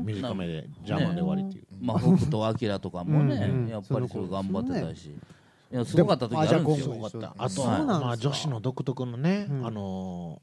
[SPEAKER 4] 短めでジャーマンで終わりっていう、
[SPEAKER 2] まあ、北斗晶とかもね、
[SPEAKER 1] うんうん
[SPEAKER 2] やっぱりそれ頑張ってたし、いやす
[SPEAKER 4] で
[SPEAKER 2] ご
[SPEAKER 4] も
[SPEAKER 2] かった時あるんですよ。
[SPEAKER 4] あじゃあ今後すごかった
[SPEAKER 1] あ
[SPEAKER 4] あと
[SPEAKER 1] そう
[SPEAKER 4] は
[SPEAKER 1] なんですか
[SPEAKER 4] まあ、女子の独特のね、
[SPEAKER 1] うん
[SPEAKER 4] あの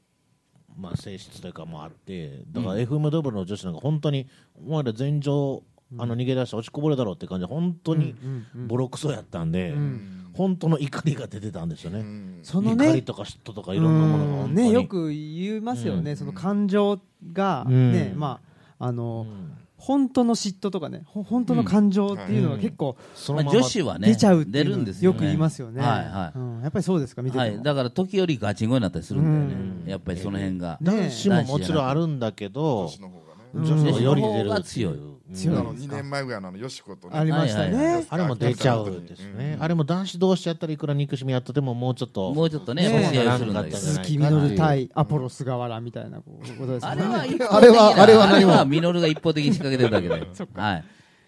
[SPEAKER 4] ーまあ、性質というかもあってだから FMW の女子なんか本当にお前ら全場あの逃げ出して落ちこぼれだろうって感じで本当に
[SPEAKER 1] うんうん
[SPEAKER 4] ボロクソやったんで、
[SPEAKER 1] ん
[SPEAKER 4] 本当の怒りが出てたんですよね、
[SPEAKER 3] うん
[SPEAKER 1] その
[SPEAKER 4] 怒
[SPEAKER 1] ね
[SPEAKER 4] りとか嫉妬とかいろんなものが
[SPEAKER 1] う
[SPEAKER 4] 本
[SPEAKER 1] ん
[SPEAKER 4] 当に
[SPEAKER 1] ねよく言いますよね、その感情が
[SPEAKER 4] うん
[SPEAKER 1] ね、まああ
[SPEAKER 4] う
[SPEAKER 1] の、
[SPEAKER 4] ん
[SPEAKER 1] 本当の嫉妬とかねほ本当の感情っていうのが結構
[SPEAKER 4] そ
[SPEAKER 2] まあ、
[SPEAKER 4] のまま
[SPEAKER 2] 女子はね、
[SPEAKER 1] 出ちゃうってい
[SPEAKER 2] 出
[SPEAKER 1] う
[SPEAKER 2] る
[SPEAKER 1] の
[SPEAKER 2] ん
[SPEAKER 1] が
[SPEAKER 2] ですよ、
[SPEAKER 1] よ
[SPEAKER 2] ね。
[SPEAKER 1] く言いますよね、
[SPEAKER 2] はいは
[SPEAKER 1] うんやっぱりそうですか見
[SPEAKER 2] い。
[SPEAKER 1] て
[SPEAKER 2] は
[SPEAKER 1] て
[SPEAKER 2] い、
[SPEAKER 1] も、
[SPEAKER 2] だから時よりガチンコになったりするんだよね。やっぱりその辺が。
[SPEAKER 1] ね
[SPEAKER 4] 男子ももちろんあるんだけど
[SPEAKER 3] 女子の方がね
[SPEAKER 1] ん
[SPEAKER 4] 女子がより出る
[SPEAKER 2] が強い。
[SPEAKER 1] 強い
[SPEAKER 3] あ
[SPEAKER 1] ん
[SPEAKER 3] の
[SPEAKER 1] で
[SPEAKER 3] 2
[SPEAKER 1] すか
[SPEAKER 3] 年前ぐらいのあのよしこと
[SPEAKER 1] あり
[SPEAKER 3] ね
[SPEAKER 1] ましたね、
[SPEAKER 2] はいはいは
[SPEAKER 4] あれも出ちゃうんですね、あれも男子同士やったらいくら憎しみやっててももうちょっと
[SPEAKER 2] もうちょっとね、
[SPEAKER 1] ね
[SPEAKER 2] 押し合いをするんだけど。
[SPEAKER 1] 鈴木みのる対アポロ菅原みたいなこうことです
[SPEAKER 2] あ
[SPEAKER 1] よ
[SPEAKER 2] れ
[SPEAKER 1] ね
[SPEAKER 2] は一方的な、
[SPEAKER 4] あれはあれは
[SPEAKER 2] あれ
[SPEAKER 4] 何も
[SPEAKER 2] はミノルが一方的に仕掛けてるだけ で。はい。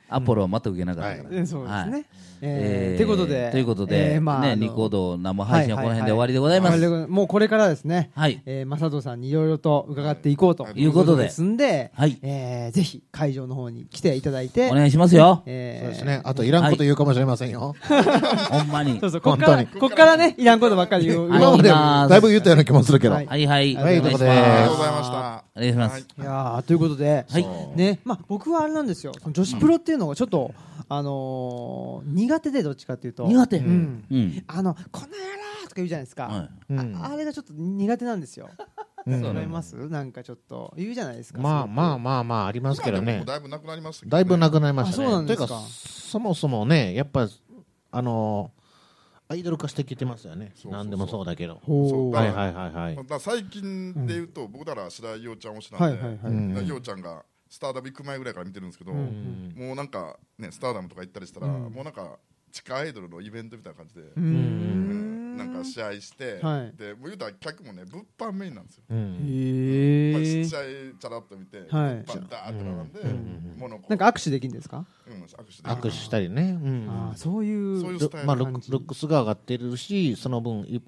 [SPEAKER 2] アポロは全く受けなかったから。
[SPEAKER 1] えそうですね、
[SPEAKER 2] はい
[SPEAKER 1] え
[SPEAKER 2] え
[SPEAKER 1] ー
[SPEAKER 2] ー
[SPEAKER 1] ということで
[SPEAKER 2] ということで、
[SPEAKER 1] えーまああ
[SPEAKER 2] ね、
[SPEAKER 1] の
[SPEAKER 2] ニコード生配信はこの辺で終わりでございます。
[SPEAKER 1] はははもうこれからですね、
[SPEAKER 2] はい
[SPEAKER 1] えー、正人さんにいろいろと伺っていこうと
[SPEAKER 2] いうことで
[SPEAKER 1] ですんで、
[SPEAKER 2] はい
[SPEAKER 1] えーぜひ会場の方に来ていただいて、
[SPEAKER 2] お願いしますよ。
[SPEAKER 1] えー
[SPEAKER 4] そうですねあといらんこと言うかもしれませんよ、
[SPEAKER 2] ほんまに
[SPEAKER 1] そ。うそうこっから、
[SPEAKER 4] 本
[SPEAKER 1] こっからね、いらんことばっかり言う。
[SPEAKER 2] はい
[SPEAKER 4] 今までだいぶ言ったような気もするけど、
[SPEAKER 1] はい
[SPEAKER 2] はいはい。
[SPEAKER 1] はい
[SPEAKER 2] お願いし
[SPEAKER 4] ということで
[SPEAKER 3] あり
[SPEAKER 2] ま
[SPEAKER 3] がとう
[SPEAKER 2] す
[SPEAKER 3] ございました
[SPEAKER 2] お願いします。
[SPEAKER 1] いやーということで、
[SPEAKER 2] はい
[SPEAKER 1] ねまあ、僕はあれなんですよ、その女子プロっていうのがちょっと、あのー苦手で、どっちかっていうと、
[SPEAKER 2] 苦手
[SPEAKER 1] うん
[SPEAKER 2] うん。
[SPEAKER 1] あのこの野郎とか言うじゃないですか、
[SPEAKER 2] は
[SPEAKER 4] うん
[SPEAKER 1] あ、あれがちょっと苦手なんですよ、
[SPEAKER 4] うん
[SPEAKER 1] 思いますなんかちょっと、言うじゃないですか、
[SPEAKER 4] まあまあ
[SPEAKER 1] あ、
[SPEAKER 4] まあまあありますけ
[SPEAKER 3] 今
[SPEAKER 4] ど
[SPEAKER 3] でもも
[SPEAKER 4] ね
[SPEAKER 3] うだいぶなくなりましたけど
[SPEAKER 4] だいぶな
[SPEAKER 3] く
[SPEAKER 4] くなりました
[SPEAKER 1] あ
[SPEAKER 4] ね
[SPEAKER 1] そうなんで
[SPEAKER 4] とい
[SPEAKER 1] す
[SPEAKER 4] う
[SPEAKER 1] か
[SPEAKER 4] かそもそもねやっぱあのアイドル化してきてますよね
[SPEAKER 3] そうそう
[SPEAKER 4] 何でもそうだけど
[SPEAKER 1] ほう
[SPEAKER 3] そう
[SPEAKER 4] はいはいはいはい
[SPEAKER 3] だから最近で言うと、僕だから白井陽ちゃん推しなんで、
[SPEAKER 1] はいはいはい
[SPEAKER 3] だから陽ちゃんがスターダム行く前ぐらいから見てるんですけど、
[SPEAKER 1] ん
[SPEAKER 3] もうなんかねスターダムとか行ったりしたら、もうなんか地下アイドルのイベントみたいな感じで、
[SPEAKER 1] うー
[SPEAKER 3] うん
[SPEAKER 1] ん
[SPEAKER 3] なんか試合して、
[SPEAKER 1] はい
[SPEAKER 3] でもう言うたら客もね物販メインなんですよ、
[SPEAKER 4] うん
[SPEAKER 1] へ
[SPEAKER 3] まあ、ち
[SPEAKER 1] え
[SPEAKER 3] っちゃいチャラッと見て、
[SPEAKER 1] はい
[SPEAKER 3] 物販ダーって並んで、物をこう
[SPEAKER 1] なんか握手できるんですか、
[SPEAKER 3] うん、握手で
[SPEAKER 4] 握手したりねうん
[SPEAKER 1] あーそういう
[SPEAKER 3] そういうス
[SPEAKER 4] ル
[SPEAKER 3] タイル
[SPEAKER 4] まあ、
[SPEAKER 3] な
[SPEAKER 4] ル
[SPEAKER 1] 感
[SPEAKER 4] ッ
[SPEAKER 1] じ
[SPEAKER 4] クルックスが上がってるしその分い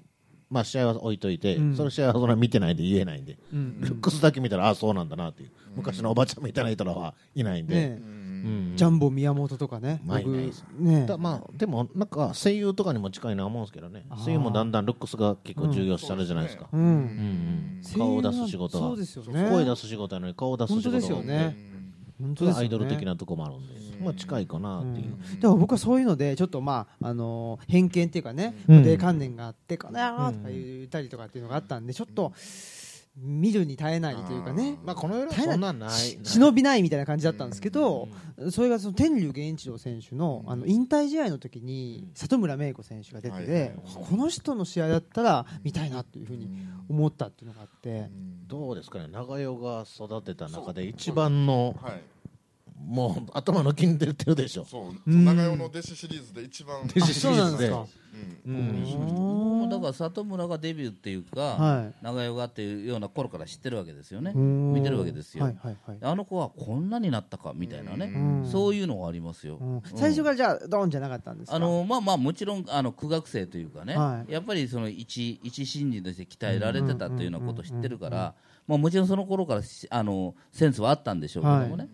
[SPEAKER 4] まあ、試合は置いといて、
[SPEAKER 1] ん
[SPEAKER 4] その試合はそんな見てないで言えないんで、
[SPEAKER 1] ん
[SPEAKER 4] ルックスだけ見たらああそうなんだなっていう、昔のおばちゃんみたいな人らはいないんで、
[SPEAKER 1] ね
[SPEAKER 4] うん
[SPEAKER 1] ジャンボ宮本とかね、
[SPEAKER 4] まあいな
[SPEAKER 1] 僕
[SPEAKER 4] いです
[SPEAKER 1] ね
[SPEAKER 4] だまあでもなんか声優とかにも近いな思うんですけどね
[SPEAKER 1] あー
[SPEAKER 4] 声優もだんだんルックスが結構重要視されるじゃないですか、
[SPEAKER 1] うん、
[SPEAKER 4] うんうん顔を出す仕事
[SPEAKER 1] そ
[SPEAKER 4] は
[SPEAKER 1] うですよね
[SPEAKER 4] 声出す仕事なのに顔を出す仕事
[SPEAKER 1] 本当ですよね本当ですよね
[SPEAKER 4] アイドル的なとこもあるんで、まあ近いかなっていう、
[SPEAKER 1] だから僕はそういうのでちょっとまああのー偏見っていうかね
[SPEAKER 4] うん
[SPEAKER 1] 固定観念があってこの野郎とか言ったりとかっていうのがあったんでちょっと見るに耐えないというかね
[SPEAKER 4] まあこの世には
[SPEAKER 1] 耐え
[SPEAKER 4] そん
[SPEAKER 1] な
[SPEAKER 4] ないんない
[SPEAKER 1] し忍びないみたいな感じだったんですけどそれがその天竜源一郎選手のあの引退試合の時に里村芽衣子選手が出て
[SPEAKER 3] はいはい
[SPEAKER 1] てこの人の試合だったら見たいなというふうに思ったっていうのがあって
[SPEAKER 4] どうですかね長代が育てた中で一番の
[SPEAKER 3] はい
[SPEAKER 4] もう頭の筋出てるでしょ
[SPEAKER 3] そう長代の弟子シリーズで一番
[SPEAKER 4] 弟子シリーズで
[SPEAKER 1] あそうなんです
[SPEAKER 3] うん
[SPEAKER 2] もうだから里村がデビューっていうか、
[SPEAKER 1] は
[SPEAKER 2] 長代がっていうような頃から知ってるわけですよね。
[SPEAKER 1] うん
[SPEAKER 2] 見てるわけですよ。
[SPEAKER 1] はいはいはい
[SPEAKER 2] あの子はこんなになったかみたいなね、そういうのはありますよ。
[SPEAKER 1] うん最初からじゃあドーンじゃなかったんですか
[SPEAKER 2] あのまあまあもちろんあの苦学生というかね、
[SPEAKER 1] はい
[SPEAKER 2] やっぱりその一一新人として鍛えられてたというようなことを知ってるから、まあ、もちろんその頃からしあのセンスはあったんでしょうけどもね、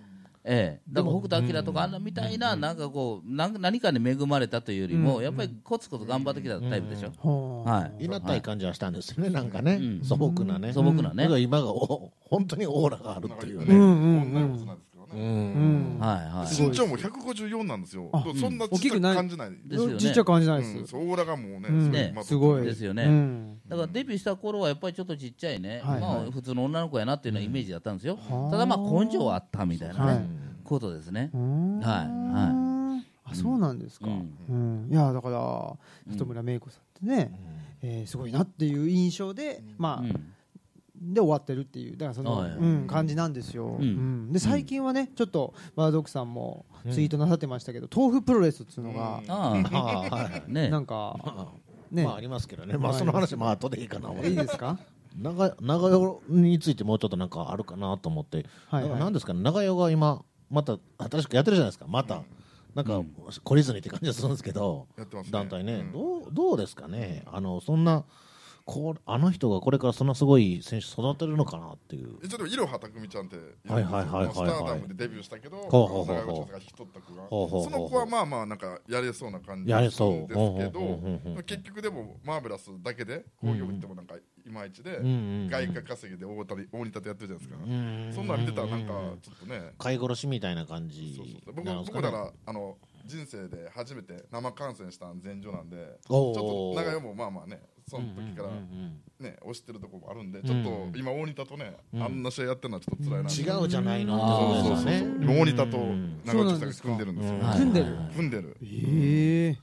[SPEAKER 2] ええ、だから北斗晶とかあんなみたいななんかこうなんか何かに恵まれたというよりも、やっぱりコツコツ頑張ってきたタイプでしょ、
[SPEAKER 1] ほう
[SPEAKER 2] はい、
[SPEAKER 4] いなったい感じはしたんですよねなんかね、素朴なね
[SPEAKER 2] 素朴なね
[SPEAKER 4] だから今がお本当にオーラがあるっていう
[SPEAKER 3] う
[SPEAKER 4] ね、
[SPEAKER 3] ん女の子なんですけどね、
[SPEAKER 1] うん
[SPEAKER 2] はいはい
[SPEAKER 1] すごい
[SPEAKER 3] 身長も154なんですよ
[SPEAKER 1] あ
[SPEAKER 3] どうそんな
[SPEAKER 1] 大
[SPEAKER 3] ち
[SPEAKER 1] き
[SPEAKER 3] っちゃ
[SPEAKER 1] く
[SPEAKER 3] く
[SPEAKER 1] ない
[SPEAKER 3] 感じない
[SPEAKER 2] ですよね
[SPEAKER 1] ちっちゃく感じないです、
[SPEAKER 3] うん、そうオーラがもうね,、
[SPEAKER 1] うん
[SPEAKER 2] ね
[SPEAKER 1] すごい
[SPEAKER 2] ですよね、
[SPEAKER 1] うん
[SPEAKER 2] だからデビューした頃はやっぱりちょっとちっちゃいね、
[SPEAKER 1] はい
[SPEAKER 2] ま
[SPEAKER 1] は
[SPEAKER 2] あ、普通の女の子やなっていうようなイメージだったんですよ、
[SPEAKER 1] はあ
[SPEAKER 2] ただまあ根性はあったみたいなね、
[SPEAKER 1] はい
[SPEAKER 2] ことですね
[SPEAKER 1] う、ん
[SPEAKER 2] はいは
[SPEAKER 1] あそうなんですか、
[SPEAKER 2] う
[SPEAKER 1] うんんいやだから
[SPEAKER 2] うん
[SPEAKER 1] 里村芽衣子さんってね、えーすごいなっていう印象で、まあ、
[SPEAKER 2] うん
[SPEAKER 1] で終わってるっていうだからその、
[SPEAKER 2] はい
[SPEAKER 1] うん、感じなんですよ、うん
[SPEAKER 2] ん
[SPEAKER 1] で最近はねちょっとバードックさんもツイートなさってましたけど、豆腐プロレスっていうのが、
[SPEAKER 2] ああ
[SPEAKER 4] ああはい
[SPEAKER 2] ね
[SPEAKER 1] なんかね、
[SPEAKER 4] まあありますけどねまあ
[SPEAKER 1] はい
[SPEAKER 4] その話まあ後でいいかな俺
[SPEAKER 1] いいですか
[SPEAKER 4] 長長与についてもうちょっとなんかあるかなと思って、
[SPEAKER 1] はいはい
[SPEAKER 4] なんかなんですかね長与が今また新しくやってるじゃないですかまた、なんか懲りずにって感じがするんですけど
[SPEAKER 3] やってますね
[SPEAKER 4] 団体ね、
[SPEAKER 3] うん
[SPEAKER 4] どうどうですかねあのそんなこうあの人がこれからそんなすごい選手育てるのかなっていう
[SPEAKER 3] 一応でもいろはたくみちゃんっているんですよ
[SPEAKER 4] はいはいはいはいは
[SPEAKER 3] ス
[SPEAKER 4] い
[SPEAKER 3] ターダムでデビューしたけど
[SPEAKER 4] ほうほうほうほう
[SPEAKER 3] 長渕が引き取った子が
[SPEAKER 4] ほうほうほうほう
[SPEAKER 3] その子はまあまあなんかやれそうな感じ
[SPEAKER 4] や
[SPEAKER 3] なん
[SPEAKER 4] れ
[SPEAKER 3] ですけ
[SPEAKER 4] そうほうほうほうほうほ
[SPEAKER 3] ど
[SPEAKER 4] う
[SPEAKER 3] 結局でもマーベラスだけで工業ってもなんかいまいちで
[SPEAKER 4] んうん
[SPEAKER 3] 外貨稼ぎで大谷大仁田とやってるじゃないですか
[SPEAKER 4] ん
[SPEAKER 3] そんなん見てたらなんかちょっとね
[SPEAKER 4] 飼い殺しみたいな感
[SPEAKER 3] そうそう
[SPEAKER 4] じ
[SPEAKER 3] そう僕
[SPEAKER 4] なんですか
[SPEAKER 3] 僕
[SPEAKER 4] ね
[SPEAKER 3] ならあの人生で初めて生観戦したん前場なんでち
[SPEAKER 4] お
[SPEAKER 3] ょ
[SPEAKER 4] ー
[SPEAKER 3] っと長与もまあまあねその時から
[SPEAKER 4] うん
[SPEAKER 3] ね推してるとこもあるんでちょっと今大仁田とねあんな試合やってるのはちょっと辛いなって
[SPEAKER 4] 違うじゃないの
[SPEAKER 2] あー
[SPEAKER 4] って
[SPEAKER 3] そう
[SPEAKER 4] こと
[SPEAKER 3] そう
[SPEAKER 4] です
[SPEAKER 3] そう
[SPEAKER 4] よね
[SPEAKER 3] 今大仁田と
[SPEAKER 1] そう
[SPEAKER 3] 長
[SPEAKER 1] なん
[SPEAKER 3] 渕
[SPEAKER 1] で
[SPEAKER 3] が
[SPEAKER 1] すか
[SPEAKER 3] 組んでるんですよ
[SPEAKER 1] 組んでる
[SPEAKER 3] 組んでる
[SPEAKER 1] ええ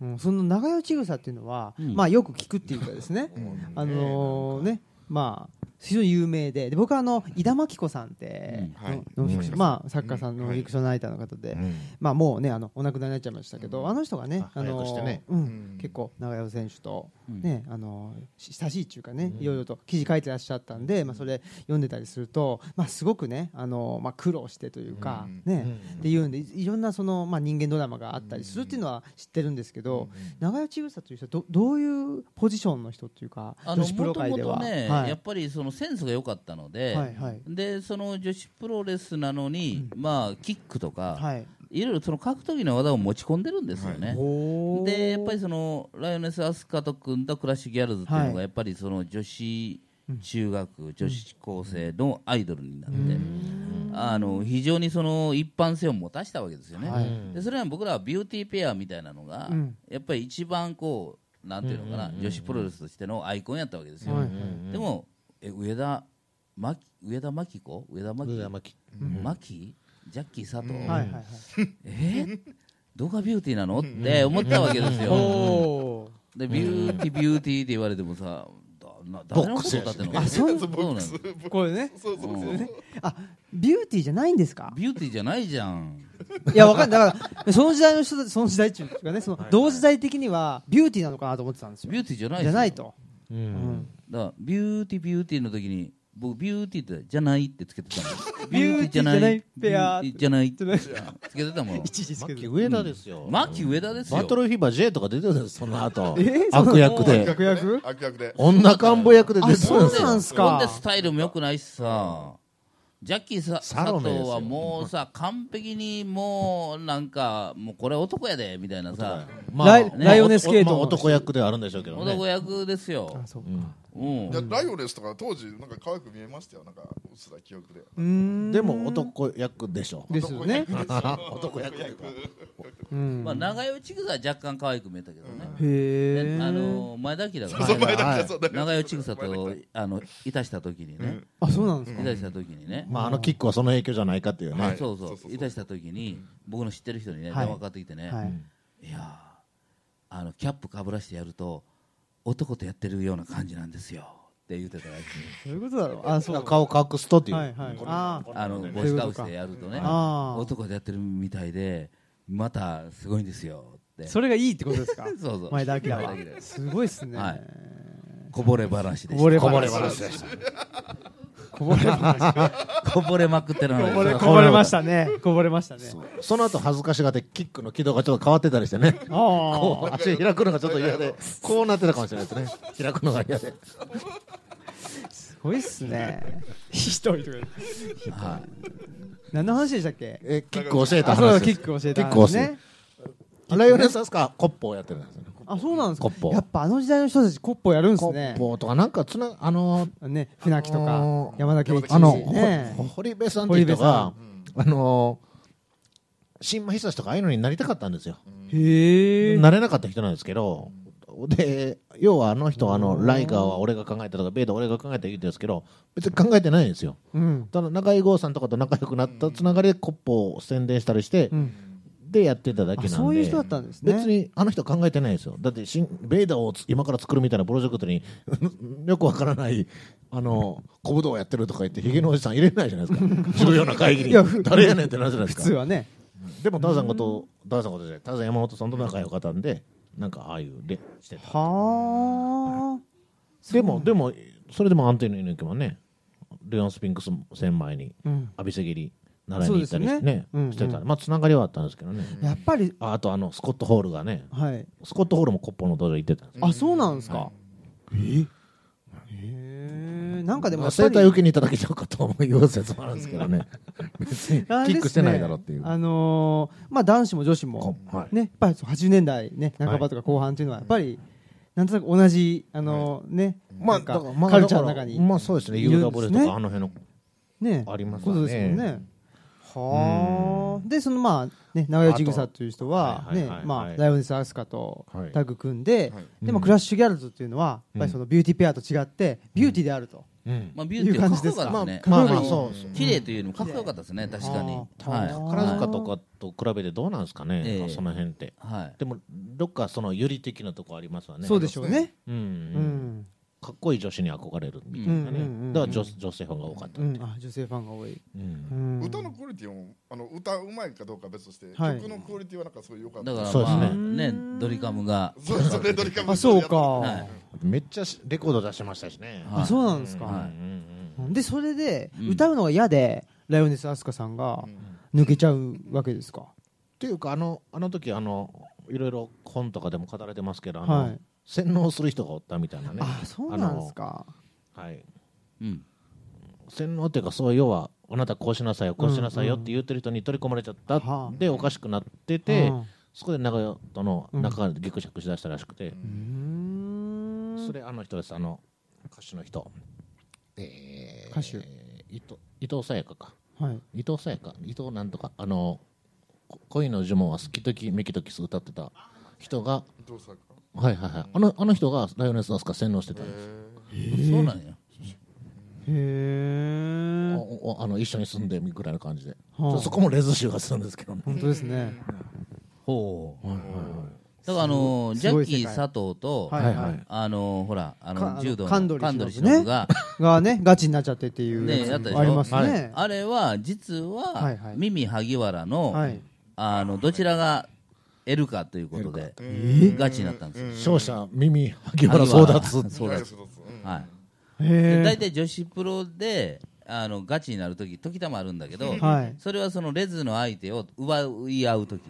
[SPEAKER 1] うん、その長与千草っていうのは、まあよく聞くっていうかですね、あのーねまあ非常に有名でで僕はあの井田真紀子さんって、
[SPEAKER 3] うんはい
[SPEAKER 1] ノンフィクションまあ作家さんのフィクションライターの方で、まあもうねあのお亡くなりになっちゃいましたけど、あの人がね
[SPEAKER 4] あ
[SPEAKER 1] あの
[SPEAKER 4] 早くしてね
[SPEAKER 1] うん
[SPEAKER 3] うん
[SPEAKER 1] 結構長与選手と、ねあのし親しいっていうかね、いろいろと記事書いてらっしゃったんで、まあそれ読んでたりすると、まあすごくねあのまあ苦労してというか、ね、っていうんでいいろんなそのまあ人間ドラマがあったりするっていうのは知ってるんですけど、長与千草という人はどどういうポジションの人っていうか、
[SPEAKER 2] あ
[SPEAKER 1] 女
[SPEAKER 2] の
[SPEAKER 1] 子プ
[SPEAKER 2] も
[SPEAKER 1] ロ
[SPEAKER 2] と
[SPEAKER 1] 界
[SPEAKER 2] も
[SPEAKER 1] で
[SPEAKER 2] と
[SPEAKER 1] は、
[SPEAKER 2] ね、
[SPEAKER 1] はい
[SPEAKER 2] やっぱりそのセンスが良かったので、
[SPEAKER 1] はいはい
[SPEAKER 2] でその女子プロレスなのに、まあキックとか、
[SPEAKER 1] はい、
[SPEAKER 2] い、ろいろその格闘技の技を持ち込んでるんですよね。
[SPEAKER 1] おー
[SPEAKER 2] でやっぱりそのライオネス・アスカと組んだクラッシュギャルズっていうの
[SPEAKER 1] は
[SPEAKER 2] が
[SPEAKER 1] い
[SPEAKER 2] やっぱりその女子中学、女子高生のアイドルになって、あの非常にその一般性を持たしたわけですよね、
[SPEAKER 1] はい
[SPEAKER 2] でそれは僕らはビューティーペアみたいなのが、
[SPEAKER 1] うん
[SPEAKER 2] やっぱり一番こうなんていうのかな、女子プロレスとしてのアイコンやったわけですよ、
[SPEAKER 1] はいはい
[SPEAKER 2] でもえ上田真紀上田真紀子上田真紀
[SPEAKER 4] 上田真紀
[SPEAKER 2] 真紀ジャッキー佐藤、
[SPEAKER 1] はいはいはい、
[SPEAKER 2] えー、どこがビューティーなのって思ったわけですよ、
[SPEAKER 1] おー
[SPEAKER 2] でビューティービューティーって言われてもさだな誰のことだってんの
[SPEAKER 1] あ
[SPEAKER 2] そ
[SPEAKER 1] そう
[SPEAKER 2] うなの
[SPEAKER 1] これね
[SPEAKER 3] そうそうそう
[SPEAKER 1] あビューティーじゃないんですか
[SPEAKER 2] ビューティーじゃないじゃん
[SPEAKER 1] いやわかんないだからその時代の人たちその時代っていうかねその同時代的にはビューティーなのかなと思ってたんですよ
[SPEAKER 2] ビューティーじゃない
[SPEAKER 1] じゃないと
[SPEAKER 4] うん
[SPEAKER 2] だからビューティービューティーの時に僕ビューティーってじゃないってつけてたの
[SPEAKER 1] ビューティーじゃない
[SPEAKER 2] ビューティーじゃないって
[SPEAKER 1] じゃない
[SPEAKER 2] つけてたもん
[SPEAKER 1] 一時です
[SPEAKER 4] マ
[SPEAKER 1] け
[SPEAKER 4] ッキー
[SPEAKER 1] ど
[SPEAKER 4] 上田ですよ、
[SPEAKER 2] マキ上田ですよ
[SPEAKER 4] バトルフィーバー J とか出てたんですその後、
[SPEAKER 1] えー
[SPEAKER 4] 悪役で
[SPEAKER 1] 悪役
[SPEAKER 3] 悪役で
[SPEAKER 4] 女看護役で出てたんです
[SPEAKER 1] あ
[SPEAKER 4] よ
[SPEAKER 1] そうなんすか
[SPEAKER 2] ほんでスタイルも良くないしさジャッキーさ
[SPEAKER 4] サロ
[SPEAKER 2] 佐
[SPEAKER 4] メですよ
[SPEAKER 2] 藤はもうさ完璧にもうなんかもうこれ男やでみたいなさ
[SPEAKER 4] ま
[SPEAKER 1] ライライオネスケート
[SPEAKER 4] まあ男役ではあるんでしょうけど
[SPEAKER 2] 男
[SPEAKER 4] ね
[SPEAKER 2] 役ですよ
[SPEAKER 1] あ、そうか
[SPEAKER 2] うん
[SPEAKER 3] いやライオレスとか当時なんか可愛く見えましたよなんかうっすら記憶で
[SPEAKER 1] うーん
[SPEAKER 4] でも男役でしょ
[SPEAKER 1] ですよね
[SPEAKER 4] 男役というか
[SPEAKER 1] うん
[SPEAKER 2] まあ、長与千草は若干可愛く見えたけどね、
[SPEAKER 1] へえ
[SPEAKER 2] であの前田明が
[SPEAKER 3] そう
[SPEAKER 4] はい
[SPEAKER 3] 前だけ
[SPEAKER 4] は
[SPEAKER 3] そうだ
[SPEAKER 2] 長与千草とあのいたした時にね、
[SPEAKER 1] あそうなんです
[SPEAKER 2] い
[SPEAKER 1] か
[SPEAKER 2] たした時にね、
[SPEAKER 4] まああのキックはその影響じゃないかっていうね、
[SPEAKER 3] はい
[SPEAKER 2] そうそ
[SPEAKER 3] そううそうそう
[SPEAKER 2] いたした時に僕の知ってる人にね電
[SPEAKER 1] はい
[SPEAKER 2] 話かかってきてね、
[SPEAKER 1] はい
[SPEAKER 2] い、やーあのキャップかぶらしてやると男とやってるような感じなんですよって言ってたらしい
[SPEAKER 1] そういうことだろうあそうは
[SPEAKER 4] 顔隠すとって
[SPEAKER 1] い
[SPEAKER 4] いう、
[SPEAKER 1] はいあー
[SPEAKER 2] あの帽子かぶしてやるとね
[SPEAKER 1] あー
[SPEAKER 2] 男とやってるみたいでまたすごいんですよって
[SPEAKER 1] それがいいってことですか
[SPEAKER 2] そうそう
[SPEAKER 1] 前田明
[SPEAKER 2] 前
[SPEAKER 1] は
[SPEAKER 2] 田明です
[SPEAKER 1] すごいっすね
[SPEAKER 2] はいこぼれ話で
[SPEAKER 1] こ
[SPEAKER 2] し
[SPEAKER 1] ぼれ
[SPEAKER 2] た
[SPEAKER 1] 話こぼれ話
[SPEAKER 2] こぼれまくってる話
[SPEAKER 1] こぼれこぼれましたねこぼれましたね
[SPEAKER 4] その後恥ずかしがってキックの軌道がちょっと変わってたりし てね
[SPEAKER 1] ああ
[SPEAKER 4] こう足開くのがちょっと嫌でこうなってたかもしれないですね開くのが嫌です
[SPEAKER 1] ごいっすね一人とか
[SPEAKER 2] はい
[SPEAKER 1] 何の話でしたっけ
[SPEAKER 4] えキック教えた
[SPEAKER 1] あそう
[SPEAKER 4] 話
[SPEAKER 1] だ
[SPEAKER 4] です
[SPEAKER 1] キック教えた
[SPEAKER 4] キック
[SPEAKER 1] 話
[SPEAKER 4] 教え
[SPEAKER 1] ね
[SPEAKER 4] ライオネスアスカコッポをやってるんですよね
[SPEAKER 1] あそうなんです
[SPEAKER 4] コ
[SPEAKER 1] か
[SPEAKER 4] ッポ
[SPEAKER 1] やっぱあの時代の人たちコッポやるんです
[SPEAKER 4] コ
[SPEAKER 1] ね
[SPEAKER 4] ッポとかなんかつなあのー
[SPEAKER 1] ね船木と
[SPEAKER 4] あ
[SPEAKER 1] か
[SPEAKER 4] のー
[SPEAKER 1] 山田圭一
[SPEAKER 4] あの、
[SPEAKER 1] ね
[SPEAKER 4] ほ堀部さんっていう人が、あのー新米久志とかああいうのになりたかったんですよ、
[SPEAKER 1] へえ
[SPEAKER 4] なれなかった人なんですけどで要はあの人はあのライガーは俺が考えたとかベイダーは俺が考えた言うてるんですけど別に考えてないんですよ
[SPEAKER 1] うん
[SPEAKER 4] ただ中井豪さんとかと仲良くなったつながりでコッポを宣伝したりして、
[SPEAKER 1] うん
[SPEAKER 4] でやってただけ
[SPEAKER 1] あ
[SPEAKER 4] なんで
[SPEAKER 1] そういう人だったんですね
[SPEAKER 4] 別にあの人考えてないですよだって新ベイダーをつ今から作るみたいなプロジェクトに よくわからないあの小武道をやってるとか言ってひげのおじさん入れないじゃないです か重要な会議
[SPEAKER 1] いや
[SPEAKER 4] に
[SPEAKER 1] ふ
[SPEAKER 4] 誰やねんってなるじゃないで
[SPEAKER 1] 普
[SPEAKER 4] すか
[SPEAKER 1] 通はね
[SPEAKER 4] でもダーさんことダーさんことじゃないダーさん山本さんと仲良かったんでなんかああいうれしてた
[SPEAKER 1] はあ
[SPEAKER 4] でもでもそれでも安定の猪木もねレオン・スピンクス戦前に
[SPEAKER 1] うん
[SPEAKER 4] 浴びせ蹴り習いに行ったり
[SPEAKER 1] そ
[SPEAKER 4] し
[SPEAKER 1] うで
[SPEAKER 4] て
[SPEAKER 1] すね
[SPEAKER 4] ね
[SPEAKER 1] うんうん
[SPEAKER 4] してたまあつながりはあったんですけどね
[SPEAKER 1] やっぱり
[SPEAKER 4] ああとあのスコット・ホールがね
[SPEAKER 1] はい
[SPEAKER 4] スコット・ホールもコッポの道場行ってたんです
[SPEAKER 1] あそうなんですかええなんかでも
[SPEAKER 4] ま
[SPEAKER 1] や
[SPEAKER 4] あ、
[SPEAKER 1] っぱ
[SPEAKER 4] 生
[SPEAKER 1] り
[SPEAKER 4] 体受けにいただけちゃうかと思うよう説もあるんですけどね 別にキ
[SPEAKER 1] あれですね
[SPEAKER 4] ックしてないだろうっていう、
[SPEAKER 1] あのーまあ男子も女子
[SPEAKER 4] こ
[SPEAKER 1] も
[SPEAKER 4] はい
[SPEAKER 1] ねやっぱりそう80年代ね
[SPEAKER 4] はい
[SPEAKER 1] 半ばとか後半っていうのはやっぱりなんとなく同じあのーねな
[SPEAKER 4] まあ
[SPEAKER 1] ん
[SPEAKER 4] だ
[SPEAKER 1] か
[SPEAKER 4] からまあ
[SPEAKER 1] カルチャーの中に
[SPEAKER 4] まあそうですね
[SPEAKER 1] いるんですね
[SPEAKER 4] UW とかあの辺の
[SPEAKER 1] ね
[SPEAKER 4] あります
[SPEAKER 1] こ
[SPEAKER 4] わね
[SPEAKER 1] とですもんね。はあ。でそのまあね長屋ちぐさという人は
[SPEAKER 4] あとはい
[SPEAKER 1] ね
[SPEAKER 4] はいはい
[SPEAKER 1] ま
[SPEAKER 4] は
[SPEAKER 1] あ
[SPEAKER 4] い
[SPEAKER 1] ライオネスアスカと
[SPEAKER 4] はい
[SPEAKER 1] タッグ組んで
[SPEAKER 3] はい
[SPEAKER 1] でもクラッシュギャルズっていうのはやっぱりそのビューティーペアと違ってビューティーであると。
[SPEAKER 4] うん
[SPEAKER 2] まあ、ビューティーはかっこよかったですね。
[SPEAKER 1] まあまあ
[SPEAKER 2] かっこいい
[SPEAKER 4] そうそう
[SPEAKER 2] 綺麗というのもかっこよかったですね、確かに。は
[SPEAKER 4] 宝塚とかと比べてどうなんですかね、
[SPEAKER 2] ええ
[SPEAKER 4] その辺って
[SPEAKER 2] い。はい。
[SPEAKER 4] でもどっかそのより的なとこありますわね
[SPEAKER 1] そうでしょうね。
[SPEAKER 4] うん、
[SPEAKER 1] う、ん。
[SPEAKER 4] かっこいい女子に憧れるみたいな
[SPEAKER 1] うんう
[SPEAKER 4] ね、
[SPEAKER 1] んうんうん
[SPEAKER 4] だから女女性ファンが多かった、
[SPEAKER 1] うん。あ女性ファンが多い。
[SPEAKER 4] うん
[SPEAKER 1] うん
[SPEAKER 3] 歌のクオリティもあの歌うまいかどうかは別として、
[SPEAKER 1] はい
[SPEAKER 3] 曲のクオリティはなんかすごい良かった
[SPEAKER 2] だから
[SPEAKER 4] そうです
[SPEAKER 2] ま
[SPEAKER 4] ね
[SPEAKER 2] あね、ドリカムが。
[SPEAKER 3] そうそれドリカム
[SPEAKER 1] あそう
[SPEAKER 2] は
[SPEAKER 1] か
[SPEAKER 2] い。
[SPEAKER 4] めっちゃしレコード出してましたしね、
[SPEAKER 2] は
[SPEAKER 1] あそうなんですか
[SPEAKER 2] は。
[SPEAKER 4] うんうん
[SPEAKER 1] でそれで
[SPEAKER 2] うん
[SPEAKER 1] 歌うのが嫌でライオネスアスカさんが抜けちゃうわけですか。
[SPEAKER 4] っていうかあのあの時あのいろいろ本とかでも語られてますけどあの、
[SPEAKER 1] はい
[SPEAKER 4] 洗脳する人がおったみたいなね
[SPEAKER 1] あそうなんですか。
[SPEAKER 4] あのはい、
[SPEAKER 2] うん。
[SPEAKER 4] 洗脳っていうかそう要はあなたこうしなさいよこうしなさいよって言ってる人に取り込まれちゃった、
[SPEAKER 1] はあ
[SPEAKER 4] でおかしくなってて、
[SPEAKER 1] うん
[SPEAKER 4] そこで長屋との仲がぎくしゃくしだしたらしくて、
[SPEAKER 1] うーん
[SPEAKER 4] それあの人ですあの歌手の人、えー
[SPEAKER 1] 歌手
[SPEAKER 4] 伊藤伊藤沙耶香か
[SPEAKER 1] はい。
[SPEAKER 4] 伊藤沙耶香伊藤なんとかあのこ恋の呪文は好きときめきときす歌ってた人が
[SPEAKER 3] どうしたか
[SPEAKER 4] はいはいはいあのあの人がライオネス・アスカ洗脳してたんです、
[SPEAKER 2] そうなんや。
[SPEAKER 1] へえ。
[SPEAKER 4] おおあの一緒に住んでみぐらいの感じで、
[SPEAKER 1] はあ
[SPEAKER 4] そこもレズ州がするんですけどね
[SPEAKER 1] 本当ですね。
[SPEAKER 2] ほう。だからあの、ジ
[SPEAKER 1] す
[SPEAKER 2] ャ
[SPEAKER 1] ご
[SPEAKER 2] ッ
[SPEAKER 1] い
[SPEAKER 2] キー
[SPEAKER 1] 世界
[SPEAKER 2] 佐藤と、
[SPEAKER 1] はい
[SPEAKER 4] はいはい
[SPEAKER 2] あの、ほら、あ
[SPEAKER 1] か
[SPEAKER 2] の、柔道の
[SPEAKER 1] 神取
[SPEAKER 2] 神取
[SPEAKER 1] 忍ね
[SPEAKER 2] 忍が、
[SPEAKER 1] がね、ガチになっちゃってって いう。
[SPEAKER 2] ねやったでしょ
[SPEAKER 1] ありますね。
[SPEAKER 2] あれは、実
[SPEAKER 1] はい
[SPEAKER 2] は
[SPEAKER 1] は、い
[SPEAKER 2] 耳萩原
[SPEAKER 1] は
[SPEAKER 2] の
[SPEAKER 1] い、
[SPEAKER 2] あの、どちらが得るかということで、ガチになったんですよ。
[SPEAKER 4] 勝者耳萩 原争奪
[SPEAKER 2] 争
[SPEAKER 3] はい
[SPEAKER 2] 奪
[SPEAKER 3] そうですうん
[SPEAKER 2] はい。で
[SPEAKER 1] へ
[SPEAKER 2] 大体女子プロであのガチになるとき時たまあるんだけど、
[SPEAKER 1] え。はい。
[SPEAKER 2] それはそのレズの相手を奪い合うとき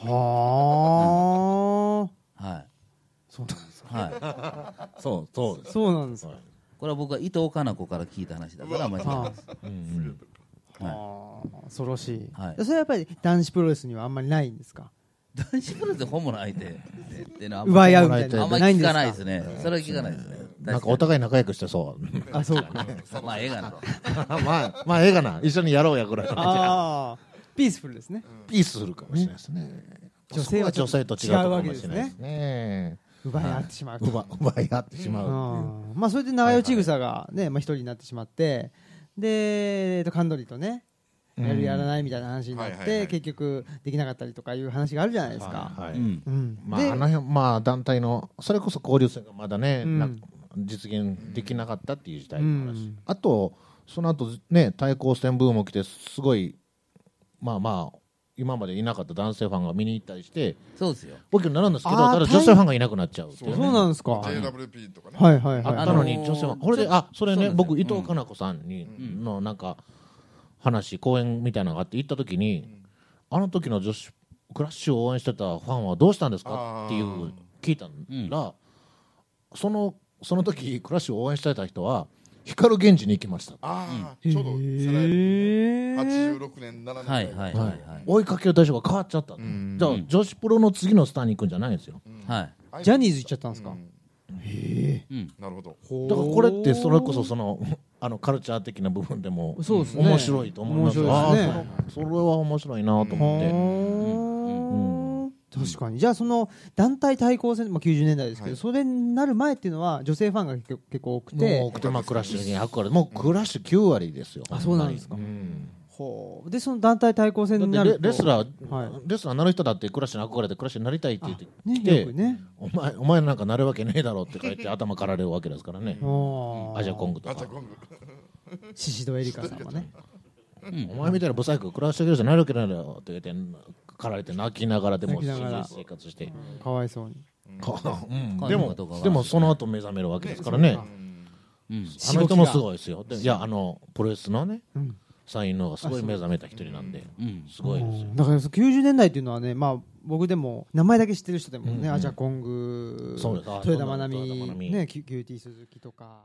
[SPEAKER 1] はあ。
[SPEAKER 2] はい
[SPEAKER 1] そうなんですか。
[SPEAKER 2] はい、
[SPEAKER 4] そうそうです
[SPEAKER 1] そうなんですか。
[SPEAKER 2] これは僕は伊藤かな子から聞いた話だからまあ
[SPEAKER 1] はあ。
[SPEAKER 2] はい
[SPEAKER 1] はあ恐ろしい。
[SPEAKER 2] はい
[SPEAKER 1] それはやっぱり男子プロレスにはあんまりないんですか。
[SPEAKER 2] 男子プロレスでホモの相手ってっていうのはあんま
[SPEAKER 1] 奪い合うみたい
[SPEAKER 2] あ
[SPEAKER 1] な。
[SPEAKER 2] んまり
[SPEAKER 1] ないん
[SPEAKER 2] 聞
[SPEAKER 1] で
[SPEAKER 2] か
[SPEAKER 1] す
[SPEAKER 2] ないで
[SPEAKER 1] か。
[SPEAKER 2] すねそれは聞かないですね
[SPEAKER 4] なんかお互い仲良くしてそう
[SPEAKER 1] あ、そう か。
[SPEAKER 2] まあ映画な
[SPEAKER 4] まあまあええかな一緒にやろうやぐらいの感じ
[SPEAKER 1] ああ。ピースフルですね。
[SPEAKER 4] ピースするかもしれないですね
[SPEAKER 1] 女性は
[SPEAKER 4] そこが女性と違うかもしれないですね
[SPEAKER 1] 奪い合ってしまうと。
[SPEAKER 4] 奪奪い合ってしまうっていう
[SPEAKER 1] うんまあ、それで長与千草がね、まあ、一人になってしまってで、えっと、カンドリとねやるやらないみたいな話になって、
[SPEAKER 3] はいはいはい
[SPEAKER 1] 結局できなかったりとかいう話があるじゃないですか、
[SPEAKER 4] はいは
[SPEAKER 2] う
[SPEAKER 4] い
[SPEAKER 2] ん
[SPEAKER 1] うん
[SPEAKER 4] まあ、
[SPEAKER 1] で
[SPEAKER 4] あの辺まあ団体のそれこそ交流戦がまだね、
[SPEAKER 1] うん
[SPEAKER 4] な実現できなかったっていう時代の
[SPEAKER 1] う
[SPEAKER 4] 話、
[SPEAKER 1] ん
[SPEAKER 4] あとその後ね対抗戦ブーム起きてすごいまあまあ今までいなかった男性ファンが見に行ったりして
[SPEAKER 2] そうですよ
[SPEAKER 4] 大きくなるんですけど
[SPEAKER 1] あー
[SPEAKER 4] ただ女性ファンがいなくなっちゃうっていう
[SPEAKER 1] そ
[SPEAKER 4] ね
[SPEAKER 1] うなんですか、は
[SPEAKER 3] JWP とかね
[SPEAKER 1] いはい
[SPEAKER 4] あっ
[SPEAKER 1] は
[SPEAKER 4] たのに
[SPEAKER 2] あのー
[SPEAKER 4] 女性ファンこれであそれ
[SPEAKER 2] そう
[SPEAKER 4] ね
[SPEAKER 2] なんですよ
[SPEAKER 4] 僕伊藤かな子さんに
[SPEAKER 2] ん
[SPEAKER 4] のなんか話講演みたいなのがあって行った時にあの時の女子クラッシュを応援してたファンはどうしたんですかっていう聞いたらそのその時クラッシュを応援してた人は光源氏に行きました
[SPEAKER 3] ああ
[SPEAKER 1] い
[SPEAKER 3] ちょうど世代
[SPEAKER 1] へー
[SPEAKER 3] 86年7年
[SPEAKER 2] はいはいはい
[SPEAKER 4] は
[SPEAKER 2] はい
[SPEAKER 4] い追いかける対象が変わっちゃった
[SPEAKER 3] ん
[SPEAKER 4] じゃあ女子プロの次のスターに行くんじゃないんですよ
[SPEAKER 2] はい
[SPEAKER 1] ジャニーズ行っちゃったんですか、
[SPEAKER 3] うん
[SPEAKER 1] へえ
[SPEAKER 2] うん
[SPEAKER 3] なるほど
[SPEAKER 4] だからこれってそれこそそのあのカルチャー的な部分でも
[SPEAKER 1] そうですね
[SPEAKER 4] 面白いと思います
[SPEAKER 1] 面
[SPEAKER 4] あ
[SPEAKER 1] 白いですね
[SPEAKER 4] ーそのそれは面白いなと思って、
[SPEAKER 1] はあ確かにじゃあその団体対抗戦、まあ、90年代ですけど、
[SPEAKER 3] はい
[SPEAKER 1] それになる前っていうのは女性ファンが結構結構多く
[SPEAKER 4] もう
[SPEAKER 1] て
[SPEAKER 4] 奥多摩クラッシュに憧れもうクラッシュ9割ですよ、
[SPEAKER 1] あそうなんですか
[SPEAKER 4] ほん
[SPEAKER 1] ほうでその団体対抗戦
[SPEAKER 4] ま
[SPEAKER 1] に
[SPEAKER 4] に
[SPEAKER 1] な
[SPEAKER 4] だって
[SPEAKER 1] る
[SPEAKER 4] レ
[SPEAKER 1] と
[SPEAKER 4] レスラー、
[SPEAKER 1] は
[SPEAKER 4] レスラーなる人だってクラッシュに憧れてクラッシュになりたいって言って
[SPEAKER 1] ね
[SPEAKER 4] 来て、
[SPEAKER 1] よくね
[SPEAKER 4] お前お前なんかなるわけねえだろって書いて頭かられるわけですからねアジャコン
[SPEAKER 1] グ
[SPEAKER 4] グと
[SPEAKER 3] あじゃ
[SPEAKER 4] か
[SPEAKER 3] あゴング
[SPEAKER 1] シシドエリカさんもね
[SPEAKER 4] お前みたいなブサイククラッシュゲルじゃなるわけないだろって言ってかられて泣きながらでも
[SPEAKER 1] 泣きながら
[SPEAKER 4] 生活して、
[SPEAKER 1] かわいそうに
[SPEAKER 4] かうん
[SPEAKER 2] 彼
[SPEAKER 4] で
[SPEAKER 2] 女
[SPEAKER 4] も
[SPEAKER 2] とかが
[SPEAKER 4] でもその後目覚めるわけですからね
[SPEAKER 2] うん
[SPEAKER 4] あの人もすごいですよでいやあのプロレスのね
[SPEAKER 1] うん
[SPEAKER 4] サインの方がすごい目覚めた一人なんで
[SPEAKER 2] うん
[SPEAKER 4] すごいですよ
[SPEAKER 1] だからその90年代っていうのはね、まあ、僕でも名前だけ知ってる人でもね、
[SPEAKER 4] うんうん
[SPEAKER 1] アジャコング
[SPEAKER 4] そうですあ
[SPEAKER 1] 豊田
[SPEAKER 4] そう
[SPEAKER 1] 真
[SPEAKER 4] だ
[SPEAKER 1] 奈
[SPEAKER 4] 豊田真
[SPEAKER 1] 美、
[SPEAKER 4] 奈美
[SPEAKER 1] ね、キュキューティー鈴木とか。